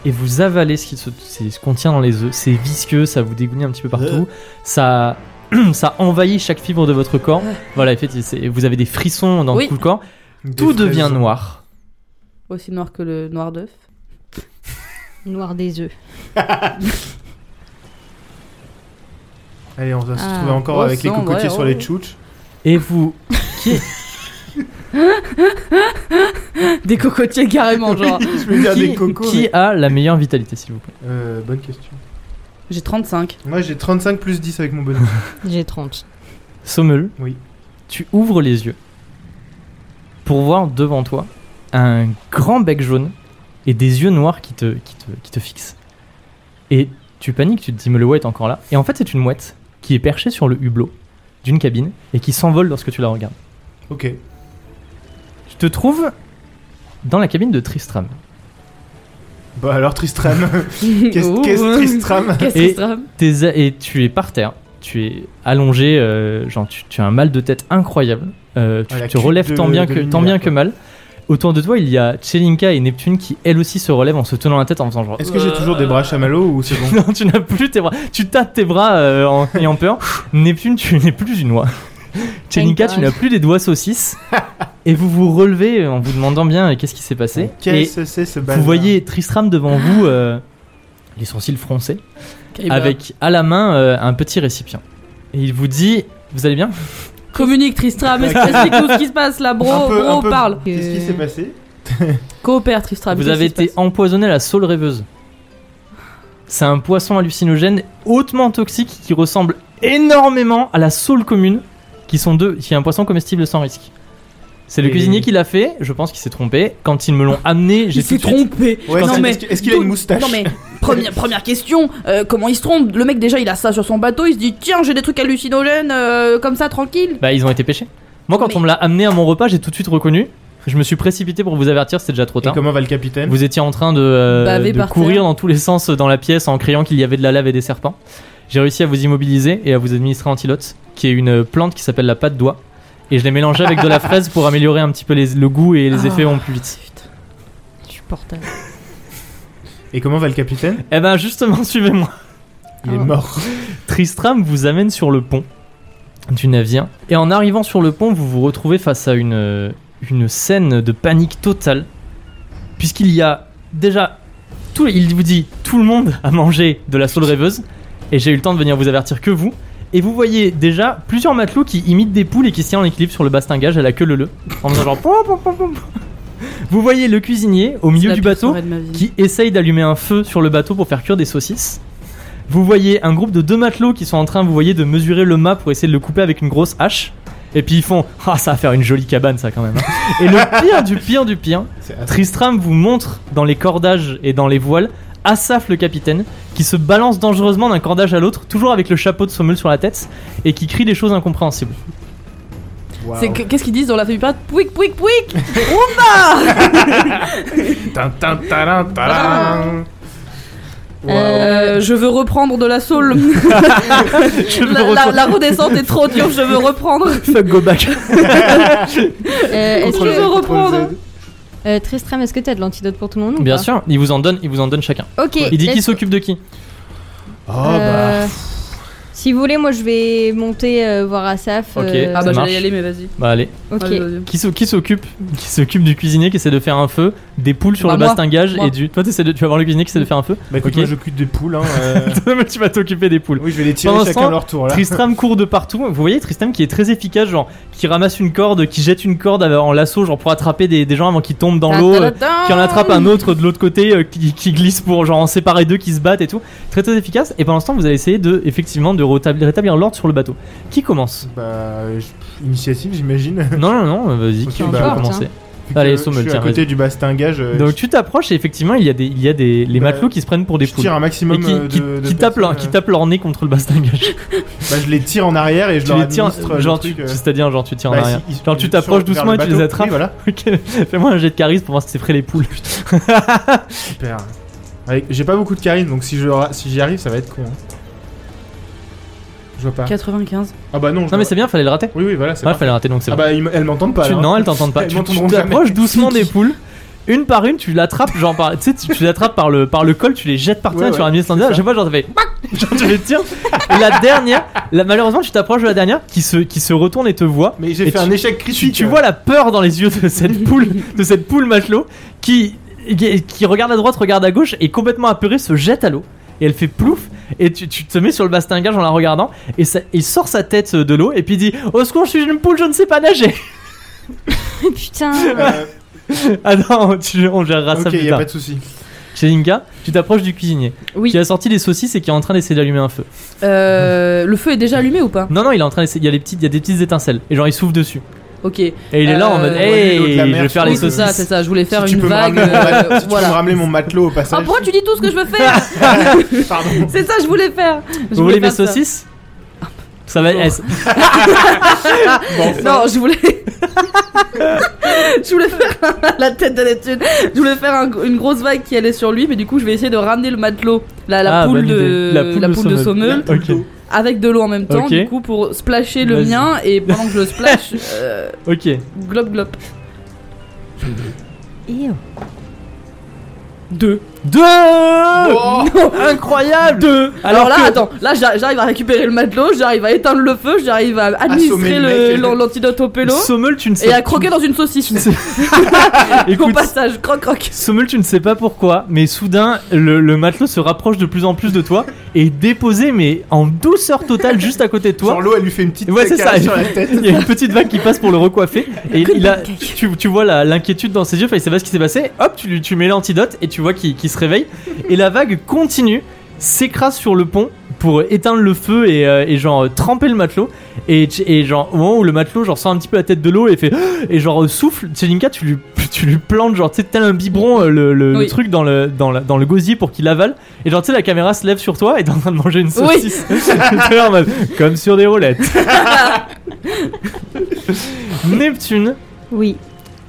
S1: et vous avalez ce qui se- c'est- ce qu'on tient dans les œufs. C'est visqueux, ça vous dégoûne un petit peu partout. Ça, ça envahit chaque fibre de votre corps. Voilà, en fait, c'est- vous avez des frissons dans
S5: Oui.
S1: tout le corps.
S3: Des
S1: Tout devient
S3: fraises.
S1: noir.
S5: hein. Aussi noir que le noir d'œuf.
S2: Noir des œufs.
S3: Allez, on va se
S2: Ah.
S3: retrouver encore
S5: Oh,
S3: avec les
S5: sang,
S3: cocotiers
S5: ouais,
S3: sur
S5: oh.
S3: les tchouches.
S1: Et vous,
S5: Des cocotiers carrément, genre.
S3: Je vais dire des
S1: qui,
S3: cocos.
S1: qui
S3: mais-
S1: a la meilleure vitalité, s'il vous plaît
S3: Euh, bonne question.
S5: J'ai 35.
S3: Moi j'ai 35 plus 10 avec mon bonus.
S2: J'ai 30.
S1: Sommel,
S3: Oui.
S1: tu ouvres les yeux pour voir devant toi un grand bec jaune et des yeux noirs qui te, qui te, qui te fixent. Et tu paniques, tu te dis, mais le ouais est encore là. Et en fait, c'est une mouette qui est perchée sur le hublot d'une cabine et qui s'envole lorsque tu la regardes.
S3: Ok.
S1: Tu te trouves dans la cabine de Tristram.
S3: Bah alors Tristram. Qu'est-ce
S5: Oh.
S3: qu'est-ce Tristram
S5: Qu'est-ce
S1: Et-
S5: que ça
S1: Tes a- et tu es par terre, tu es allongé, euh, genre tu, tu as un mal de tête incroyable. Euh, tu
S3: Ah, la
S1: te
S3: cuite
S1: relèves
S3: de-
S1: tant bien,
S3: de
S1: que, tant
S3: l'univers,
S1: bien que
S3: quoi.
S1: mal. Autour de toi, il y a Chelinka et Neptune qui elles aussi se relèvent en se tenant la tête en faisant genre.
S3: Est-ce que j'ai toujours des bras chamallows ou c'est bon
S1: Non, tu n'as plus tes bras. Tu tâtes tes bras euh, en ayant peur. Neptune, tu n'es plus une oie. Chelinka,
S2: God.
S1: tu n'as plus des doigts saucisses. et vous vous relevez en vous demandant bien euh, qu'est-ce qui s'est passé. Et
S3: Qu'est-ce que c'est ce bazar
S1: vous voyez Tristram devant vous, euh, les sourcils froncés
S5: Eh ben,
S1: avec à la main euh, un petit récipient. Et il vous dit Vous allez bien
S5: Communique Tristram, explique-nous ce qui se passe là, bro.
S3: Un peu-
S5: bro,
S3: un peu-
S5: parle. Euh,
S3: Qu'est-ce qui s'est passé
S5: Coopère Tristram.
S1: Vous
S5: qu'est-ce
S1: avez
S5: qui se
S1: été
S5: passe
S1: empoisonné à la saule rêveuse. C'est un poisson hallucinogène hautement toxique qui ressemble énormément à la saule commune, qui sont deux, qui est un poisson comestible sans risque. C'est le
S3: Et-
S1: cuisinier qui l'a fait, je pense qu'il s'est trompé. Quand ils me l'ont amené, j'ai
S5: Il
S1: tout
S5: s'est
S1: de suite-
S5: trompé.
S3: Ouais,
S5: Non,
S3: c'est-
S5: mais-
S3: Est-ce que- est-ce qu'il a
S5: d'où-
S3: une moustache
S5: Non mais première première question, euh, comment il se trompe Le mec déjà il a ça sur son bateau, il se dit tiens j'ai des trucs hallucinogènes euh, comme ça tranquille.
S1: Bah, ils ont été pêchés. Moi, quand
S5: Mais-
S1: on me l'a amené à mon repas, j'ai tout de suite reconnu. Je me suis précipité pour vous avertir, c'était déjà trop
S3: Et
S1: tard.
S3: comment va le capitaine
S1: Vous étiez en train de, euh,
S5: Baver
S1: de
S5: par
S1: courir
S5: terre.
S1: dans tous les sens dans la pièce en criant qu'il y avait de la lave et des serpents. J'ai réussi à vous immobiliser et à vous administrer antilote, qui est une plante qui s'appelle la pâte d'oie. Et je l'ai mélangée avec de la fraise pour améliorer un petit peu les- le goût et
S5: Ah.
S1: les effets vont plus vite.
S2: Supportable.
S3: Et comment va le capitaine
S1: Eh ben justement, suivez-moi.
S3: Il est
S2: Ah.
S3: mort.
S1: Tristram vous amène sur le pont du navire. Et en arrivant sur le pont, vous vous retrouvez face à une, euh, une scène de panique totale. Puisqu'il y a déjà. Tout, il vous dit tout le monde a mangé de la saule rêveuse. Et j'ai eu le temps de venir vous avertir que vous. Et vous voyez déjà plusieurs matelots qui imitent des poules et qui se tiennent en équilibre sur le bastingage à la queue leu En faisant genre. pom, pom, pom, pom. Vous voyez le cuisinier au
S5: C'est
S1: milieu
S5: la
S1: du
S5: pire
S1: bateau
S5: soirée de ma vie.
S1: qui essaye d'allumer un feu sur le bateau pour faire cuire des saucisses. Vous voyez un groupe de deux matelots qui sont en train, vous voyez, de mesurer le mât pour essayer de le couper avec une grosse hache. Et puis ils font Ah, ça va faire une jolie cabane, ça quand même. hein. Et le pire du pire du pire,
S3: C'est-
S1: Tristram vous montre dans les cordages et dans les voiles Asaf le capitaine qui se balance dangereusement d'un cordage à l'autre, toujours avec le chapeau de Sommel sur la tête et qui crie des choses incompréhensibles.
S3: Waouh.
S5: C'est que- qu'est-ce qu'ils disent dans la famille pirate Pouic pouic pouic.
S3: Tin, tin, tarin, tarin. Waouh.
S5: Euh, je veux reprendre de la saule.
S1: Je me
S5: la, la-
S1: retourne.
S5: la redescente est trop dure, je veux reprendre.
S1: Fuck, go back.
S2: Euh, est-ce
S3: Contrôle
S5: que-
S3: Z,
S5: je veux
S3: contrôle
S5: reprendre
S3: Z.
S2: Euh, Tristram, est-ce que t'as de l'antidote pour tout le monde ou
S1: Bien
S2: pas
S1: sûr, il vous en donne, il vous en donne chacun.
S2: Ok.
S1: Il dit
S2: let's-
S1: qui s'occupe de qui
S3: Oh bah.
S2: Euh, Si vous voulez, moi je vais monter euh, voir Asaf.
S1: Ok.
S2: euh,
S5: Ah bah
S1: marche.
S5: j'allais y aller mais vas-y.
S1: Bah allez.
S2: ok.
S5: Vas-y, vas-y.
S1: Qui s'o- qui s'occupe Qui s'occupe du cuisinier qui essaie de faire un feu, des poules sur
S5: Bah,
S1: le
S5: moi,
S1: bastingage
S5: moi.
S1: et du. Toi, t'essaies de- tu vas voir le cuisinier qui essaie de faire un feu.
S3: Bah écoute,
S1: Ok.
S3: moi j'occupe des poules. Hein, euh.
S1: Mais tu vas t'occuper des poules.
S3: Oui, je vais les tirer
S1: Pendant ce
S3: chacun
S1: temps,
S3: leur tour là.
S1: Tristram court de partout. Vous voyez Tristram qui est très efficace, genre qui ramasse une corde, qui jette une corde en lasso, genre pour attraper des, des gens avant qu'ils tombent dans l'eau, euh, qui en attrape un autre de l'autre côté, euh, qui, qui glisse pour genre en séparer deux qui se battent et tout. Très très efficace. Et pendant ce temps, vous allez essayer de effectivement de rétablir, rétablir l'ordre sur le bateau. Qui commence
S3: Bah, je- initiative, j'imagine.
S1: Non non non, vas-y.
S3: Ok,
S1: qui
S3: bah,
S1: qui veut
S2: porte,
S1: commencer
S2: hein.
S3: Vu que
S1: Allez,
S3: je
S1: Sommel,
S3: suis à
S1: tiens,
S3: côté du bastingage. euh,
S1: Donc tu t'approches et effectivement il y a des il y a des les
S3: Bah,
S1: matelots qui se prennent pour des
S3: je
S1: poules.
S3: tire un
S1: Et
S3: maximum
S1: qui,
S3: euh,
S1: qui-
S3: de, de
S1: qui tapent leur, qui
S3: personnes,
S1: tapent leur nez contre le bastingage.
S3: euh, Bah, je les tire en arrière et je
S1: tu
S3: leur
S1: les tires,
S3: administre le
S1: genre,
S3: truc,
S1: tu-
S3: euh,
S1: c'est-à-dire genre tu tires en
S3: bah,
S1: arrière.
S3: si, ils-
S1: genre tu
S3: ils-
S1: t'approches
S3: sur- vers
S1: doucement
S3: le
S1: et tu
S3: bateau.
S1: les attrapes.
S3: Oui, voilà,
S1: Ok, Fais-moi un jet de charisme pour voir si c'est près les poules.
S3: super. Avec- J'ai pas beaucoup de charisme, donc si je si j'y arrive, ça va être con. hein. Je vois pas.
S5: 95.
S3: Ah bah non, je
S1: Non mais
S3: vois-
S1: c'est bien, fallait le rater.
S3: Oui, oui, voilà, c'est
S1: Ouais,
S3: parfait.
S1: fallait le rater donc c'est
S3: Ah
S1: bon.
S3: bah, ils m- elles m'entendent pas.
S1: Tu-
S3: alors.
S1: non, elles t'entendent pas.
S3: Elles
S1: Tu tu
S3: m'entendront jamais.
S1: t'approches doucement des poules. une par une, tu l'attrapes, genre par, tu sais, tu, tu l'attrapes par le, par le col, tu les jettes par terre
S3: Ouais,
S1: et tu
S3: ouais,
S1: ramènes l'indienne. À chaque fois, genre, t'as fait, Bac genre, tu les tires. Et la dernière, la- malheureusement, tu t'approches de la dernière qui se, qui se retourne et te voit.
S3: Mais j'ai
S1: Et
S3: fait un échec
S1: Tu,
S3: critique. euh.
S1: tu vois la peur dans les yeux de cette poule, de cette poule matelot qui, qui, qui regarde à droite, regarde à gauche et complètement apeurée se jette à l'eau. Et elle fait plouf, et tu, tu te mets sur le bastingage en la regardant, et ça, il sort sa tête de l'eau, et puis il dit Au secours, je suis une poule, je ne sais pas nager
S2: Putain.
S3: Euh,
S1: Ah non, tu, on gérera Ah, ça
S3: ok,
S1: plus
S3: y a
S1: tard.
S3: pas de souci.
S1: Chez Inga, tu t'approches du cuisinier
S5: Oui.
S1: qui a sorti des saucisses et qui est en train d'essayer d'allumer un feu.
S5: Euh, le feu est déjà allumé ou pas
S1: Non, non, il est en train d'essayer. Il y a, les petites, il y a des petites étincelles. Et genre, il souffle dessus.
S5: Ok.
S1: Et il est là en
S5: Euh,
S1: mode
S5: ouais,
S3: l'eau de
S1: Hey,
S3: la
S1: je
S3: mer,
S1: vais faire
S3: je
S1: les
S5: oui, c'est
S1: saucisses.
S5: ça, c'est ça. Je voulais faire
S3: si tu
S5: une
S3: peux me
S5: vague.
S3: ramener mon
S5: euh,
S3: matelot- si tu peux me
S5: voilà.
S3: ramener mon matelot au
S5: Ah,
S3: passage.
S5: pourquoi tu dis tout ce que je veux faire
S3: Pardon.
S5: C'est ça, je voulais faire. Je
S1: Vous
S5: voulais
S1: voulez mes
S5: faire ça.
S1: saucisses ça va,
S5: Bon.
S1: est-ce-
S5: Non, je voulais. je voulais faire la tête de Neptune. Je voulais faire un- une grosse vague qui allait sur lui, mais du coup, je vais essayer de ramener le matelot, la, la
S1: Ah,
S5: poule
S1: bonne idée.
S5: de
S1: La poule de
S5: de
S1: Sommel.
S5: Sommel,
S1: Ok,
S5: avec de l'eau en même temps,
S1: Ok.
S5: du coup, pour splasher le
S1: Vas-y.
S5: mien. Et pendant que je le splash, euh,
S1: ok.
S5: glop glop.
S2: Eh oh.
S5: Deux.
S1: Deux
S3: Oh,
S1: Incroyable Deux
S5: Alors, là,
S1: que-
S5: attends, là j'a- j'arrive à récupérer le matelot, j'arrive à éteindre le feu, j'arrive à administrer
S3: Assommer le mec.
S5: le- l'an- l'antidote au pélo
S1: Sommel, tu ne sais
S5: et à croquer dans une saucisse. Au
S1: Écoute,
S5: passage, croc croc.
S1: Sommel, tu ne sais pas pourquoi, mais soudain, le, le matelot se rapproche de plus en plus de toi et est déposé, mais en douceur totale, juste à côté de toi.
S3: Genre l'eau, elle lui fait une petite
S1: Ouais, c'est
S3: caca
S1: ça.
S3: sur la tête.
S1: Il y a une petite vague qui passe pour le recoiffer. Et il a, tu, tu vois la- l'inquiétude dans ses yeux, enfin, il sait pas ce qui s'est passé. Hop, tu, lui- tu mets l'antidote et tu vois qu'il qu'il se réveille. Et la vague continue, s'écrase sur le pont pour éteindre le feu et, euh, et genre euh, tremper le matelot. Et, tu- et genre, au moment où le matelot genre, sort un petit peu la tête de l'eau et fait. Et genre euh, souffle, Tchelinka, tu lui, tu lui plantes, genre, tu sais, tel un biberon, euh, le, le- le
S5: Oui.
S1: truc dans le, dans, la- dans le gosier pour qu'il avale. Et genre, tu sais, la caméra se lève sur toi et t'es en train de manger une
S5: Oui.
S1: saucisse. T'es en mode, Comme sur des roulettes. Neptune,
S2: Oui.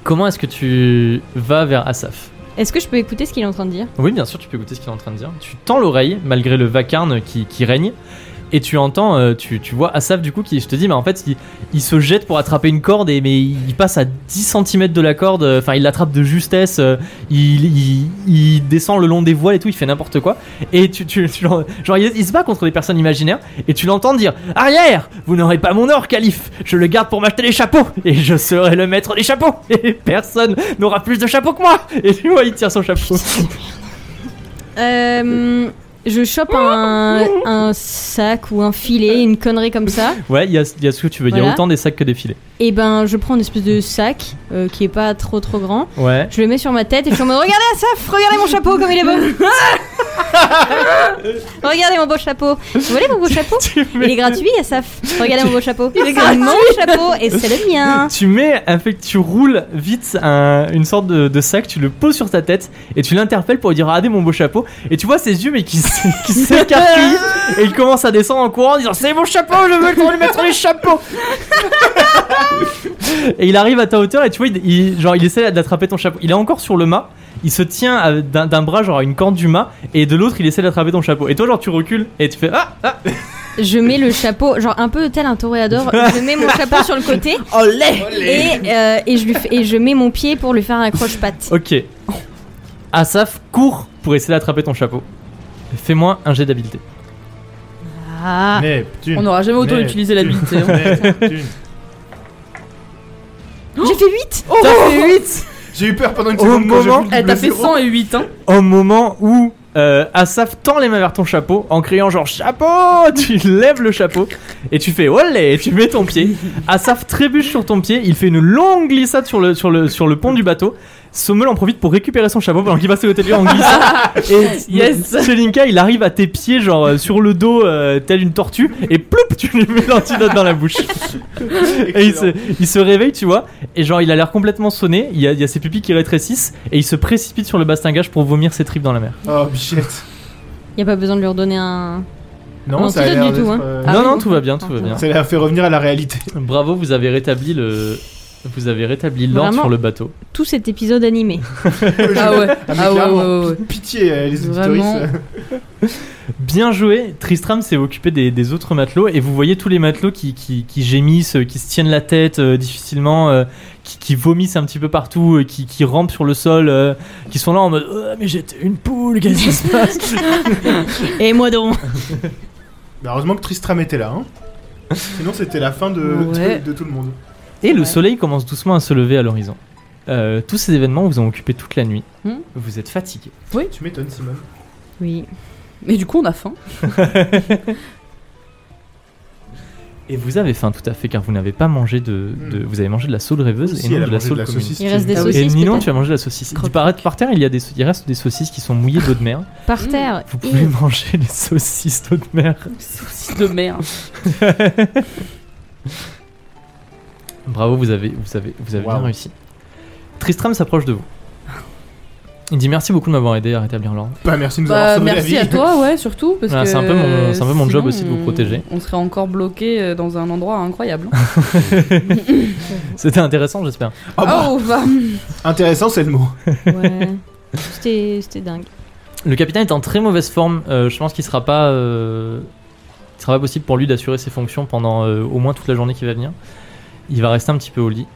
S1: comment est-ce que tu vas vers Asaf
S2: Est-ce que je peux écouter ce qu'il est en train de dire
S1: Oui, bien sûr, tu peux écouter ce qu'il est en train de dire. Tu tends l'oreille, malgré le vacarme qui, qui règne, et tu entends, euh, tu, tu vois Asaf du coup qui, je te dis, mais en fait, il, il se jette pour attraper une corde, et, mais il passe à 10 cm de la corde, euh, enfin, il l'attrape de justesse, euh, il, il, il descend le long des voiles et tout, il fait n'importe quoi, et tu, tu, tu l'en- genre, il, il se bat contre des personnes imaginaires, et tu l'entends dire Arrière Vous n'aurez pas mon or, calife Je le garde pour m'acheter des chapeaux Et je serai le maître des chapeaux Et personne n'aura plus de chapeaux que moi Et tu vois, il tire son chapeau.
S2: Euh, je chope un, un sac ou un filet, une connerie comme ça.
S1: Ouais, il y a, il y a ce que tu veux dire,
S2: Voilà.
S1: autant des sacs que des filets.
S2: Et ben, je prends une espèce de sac euh, qui est pas trop trop grand.
S1: Ouais.
S2: Je le mets sur ma tête et je suis en mode Regardez Asaf, regardez mon chapeau comme il est beau. regardez mon beau chapeau. Vous voyez mon beau chapeau
S1: Tu
S2: Il est
S1: mets,
S2: gratuit Asaf. Regardez mon beau chapeau. C'est mon chapeau et c'est le mien.
S1: tu mets, en fait, tu roules vite un- une sorte de, de sac, tu le poses sur ta tête et tu l'interpelles pour lui dire Regardez mon beau chapeau. Et tu vois ses yeux, mais qui, s- qui s'écarquillent et il commence à descendre en courant en disant C'est mon chapeau, je veux qu'on lui mette sur les chapeaux Et il arrive à ta hauteur et tu vois, il, il- genre, il essaie d'attraper ton chapeau. Il est encore sur le mât. Il se tient à- d'un d'un bras, genre à une corde du mât, et de l'autre, il essaie d'attraper ton chapeau. Et toi, genre, tu recules et tu fais Ah, ah
S2: Je mets le chapeau, genre un peu tel un toréador. Je mets mon chapeau sur le côté
S5: Olé
S2: et, euh, et, je, lui fais- et je mets mon pied pour lui faire un croche-patte.
S1: Ok. Asaf court pour essayer d'attraper ton chapeau. Fais-moi un jet d'habileté.
S2: Ah.
S3: Neptune.
S5: On n'aura jamais autant
S3: Mais-
S5: utilisé la bite. hein.
S3: Neptune.
S2: J'ai fait 8
S1: T'as fait 8
S3: J'ai eu peur pendant une
S1: Au
S3: seconde quand j'ai
S1: moment-
S3: vu le
S5: Eh, t'as
S3: double
S5: fait
S3: zéro.
S5: 100 et 8, hein
S1: Au moment où euh, Asaf tend les mains vers ton chapeau en criant genre chapeau Tu lèves le chapeau et tu fais olé et tu mets ton pied. Asaf trébuche sur ton pied, il fait une longue glissade sur le, sur le, sur le pont du bateau. Sommel en profite pour récupérer son chapeau pendant qu'il passe à côté de lui en glissant. Et
S5: Yes.
S1: Selinka, il arrive à tes pieds, genre euh, sur le dos, euh, telle une tortue, et ploup, tu lui mets l'antidote dans la bouche. Et il se, il se réveille, tu vois, et genre il a l'air complètement sonné, il y a, il y a ses pupilles qui rétrécissent, et il se précipite sur le bastingage pour vomir ses tripes dans la mer.
S3: Oh, bichette.
S2: Y a pas besoin de lui redonner un.
S3: Non,
S2: Un
S3: ça a
S2: antidote
S3: l'air
S2: du tout,
S3: d'être,
S2: hein.
S3: euh,
S2: Ah
S1: non,
S2: oui,
S1: non,
S2: bon.
S1: tout va bien, tout va bien.
S3: Ça a l'air fait revenir à la réalité.
S1: Bravo, vous avez rétabli le... Vous avez rétabli l'ordre
S2: Vraiment.
S1: sur le bateau.
S2: Tout cet épisode animé.
S3: mais
S5: Ah ouais, ah ouais,
S3: clairement.
S5: ouais, ouais, ouais.
S3: Pitié, euh, les
S5: Vraiment.
S3: auditoristes.
S1: Bien joué. Tristram s'est occupé des, des autres matelots et vous voyez tous les matelots qui, qui, qui gémissent, euh, qui se tiennent la tête euh, difficilement, euh, qui, qui vomissent un petit peu partout, euh, qui, qui rampent sur le sol, euh, qui sont là en mode Ah, mais j'étais une poule, qu'est-ce qui se passe
S2: Et moi donc
S3: Bah, heureusement que Tristram était là. Hein. Sinon, c'était la fin de,
S5: Ouais.
S3: de, de tout le monde.
S1: Et le
S5: Ouais.
S1: soleil commence doucement à se lever à l'horizon. Euh, tous ces événements vous ont occupé toute la nuit.
S5: Hmm.
S1: Vous êtes fatigué.
S3: Tu m'étonnes, Simone.
S2: Oui.
S5: Mais du coup, on a faim.
S1: Et vous avez faim tout à fait car vous n'avez pas mangé de, de-
S3: Hmm.
S1: Vous avez mangé de la saule rêveuse et
S3: Si,
S1: non
S3: elle
S1: de
S3: a
S1: la
S3: mangé de
S1: saule
S3: la
S1: commune.
S3: saucisse.
S2: Il reste des
S5: Ah oui.
S1: Et
S2: saucisses.
S1: Ninon,
S2: peut-être.
S1: tu as mangé de la saucisse.
S5: Croque.
S1: Par, par terre, il, y a des, sau- il reste des saucisses qui sont mouillées d'eau de mer.
S2: Par terre.
S1: Vous pouvez
S2: Et-
S1: manger les saucisses d'eau de mer.
S5: Saucisse de mer.
S1: Bravo, vous avez, vous avez, vous avez
S3: Wow.
S1: bien réussi. Tristram s'approche de vous. Il dit merci beaucoup de m'avoir aidé à rétablir l'ordre.
S3: Bah, merci de nous
S5: Bah,
S3: avoir sauvé
S5: merci
S3: la vie.
S5: à toi, ouais, surtout. parce
S1: Ah,
S5: que
S1: c'est un peu mon- c'est un peu mon job
S5: sinon,
S1: aussi de vous
S5: on-
S1: protéger.
S5: On serait encore bloqué euh, dans un endroit incroyable.
S1: C'était intéressant, j'espère.
S3: Ah bah,
S5: oh, bah.
S3: Intéressant, c'est le mot.
S2: Ouais. C'était c'était dingue.
S1: Le capitaine est en très mauvaise forme. euh, je pense qu'il sera pas, euh, il sera pas possible pour lui d'assurer ses fonctions pendant euh, au moins toute la journée qui va venir. Il va rester un petit peu au lit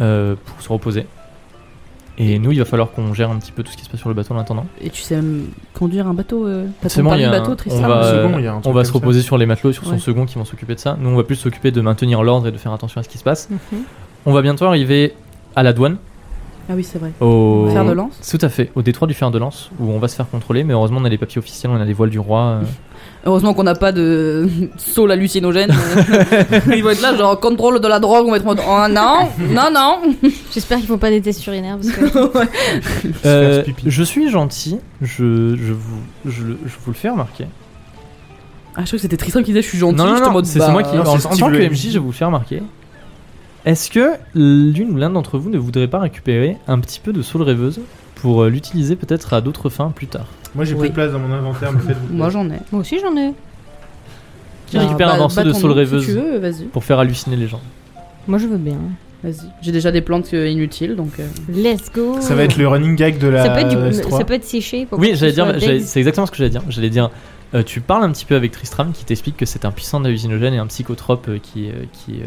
S1: euh, pour se reposer. Et nous, il va falloir qu'on gère un petit peu tout ce qui se passe sur le bateau en attendant.
S5: Et tu sais même conduire un bateau euh, T'as
S1: C'est
S5: ton
S1: bon,
S5: permis
S1: il y a un-
S5: bateau, Tristan hein.
S1: on va,
S3: Le
S1: euh,
S3: second, Ah, il y a un
S1: on
S3: truc
S1: va
S3: comme
S1: se
S3: ça.
S1: reposer sur les matelots et sur son
S5: Ouais.
S1: second qui vont s'occuper de ça. Nous, on va plus s'occuper de maintenir l'ordre et de faire attention à ce qui se passe.
S2: Mhm.
S1: On va bientôt arriver à la douane,
S5: Ah oui, c'est vrai.
S1: au
S5: Fer de lance.
S1: Tout à fait, au détroit du fer de lance, où on va se faire contrôler, mais heureusement on a les papiers officiels, on a les voiles du roi. euh,
S5: Heureusement qu'on n'a pas de saule hallucinogène. euh. Ils vont être là, genre contrôle de la drogue, on va être en mode oh, non, non, non.
S2: J'espère qu'ils font pas des tests urinaires parce que
S3: Se faire
S1: Euh,
S3: pipi.
S1: je suis gentil, je, je, vous, je, le- je vous le fais remarquer.
S5: Ah, je crois que c'était Tristan qui disait je suis gentil.
S1: non, non,
S5: j'étais en
S1: non,
S5: mode,
S1: c'est
S5: bah,
S1: c'est moi qui.
S3: non,
S1: en-
S3: c'est
S1: en,
S3: Steve
S1: tant
S3: le
S1: que
S3: MJ.
S1: MJ, je vous le fais remarquer. Est-ce que l'une ou l'un d'entre vous ne voudrait pas récupérer un petit peu de saule rêveuse pour euh, l'utiliser peut-être à d'autres fins plus tard
S3: Moi, j'ai
S5: Oui.
S3: plus de place dans mon inventaire, mais faites-vous
S5: Moi j'en ai.
S2: moi aussi j'en ai.
S1: Qui récupère
S5: Bah,
S1: un
S5: bah,
S1: morceau de
S5: battons-nous,
S1: saule
S5: si
S1: rêveuse
S5: tu veux, vas-y.
S1: pour faire halluciner les gens
S2: Moi je veux bien.
S5: Vas-y. J'ai déjà des plantes euh, inutiles donc. euh,
S2: Let's go.
S3: Ça va être le running gag de la
S2: Ça peut être, du-
S3: S3.
S2: ça peut être séché. Pour
S1: Oui,
S2: que
S1: j'allais
S2: ce
S1: dire,
S2: soit
S1: j'allais-
S2: dead.
S1: c'est exactement ce que j'allais dire. J'allais dire, euh, tu parles un petit peu avec Tristram qui t'explique que c'est un puissant hallucinogène et un psychotrope euh, qui, euh, qui, euh,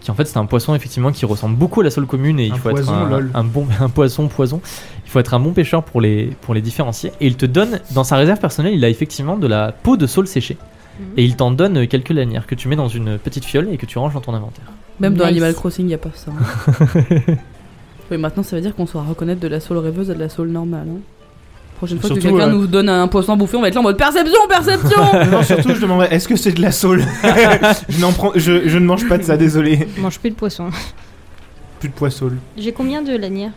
S1: qui en fait c'est un poisson effectivement qui ressemble beaucoup à la sole commune et il
S3: Un
S1: faut
S3: poison,
S1: être
S3: lol.
S1: un, un bon un poisson poison. Il faut être un bon pêcheur pour les pour les différencier et il te donne dans sa réserve personnelle il a effectivement de la peau de saule séchée
S2: Mhm.
S1: et il t'en donne euh, quelques lanières que tu mets dans une petite fiole et que tu ranges dans ton inventaire.
S5: Même dans
S2: Nice.
S5: Animal Crossing, y a pas ça. hein. oui, maintenant ça veut dire qu'on saura reconnaître de la saule rêveuse à de la saule normale. hein. Prochaine fois que
S3: Surtout,
S5: quelqu'un
S3: euh,
S5: nous donne un poisson à bouffer, on va être là en mode perception, perception.
S3: Non, surtout, je demanderais est-ce que c'est de la saule je, n'en prends, je, je ne mange pas de ça, désolé.
S2: Mange plus de poisson.
S3: Plus de poisson.
S2: J'ai combien de lanières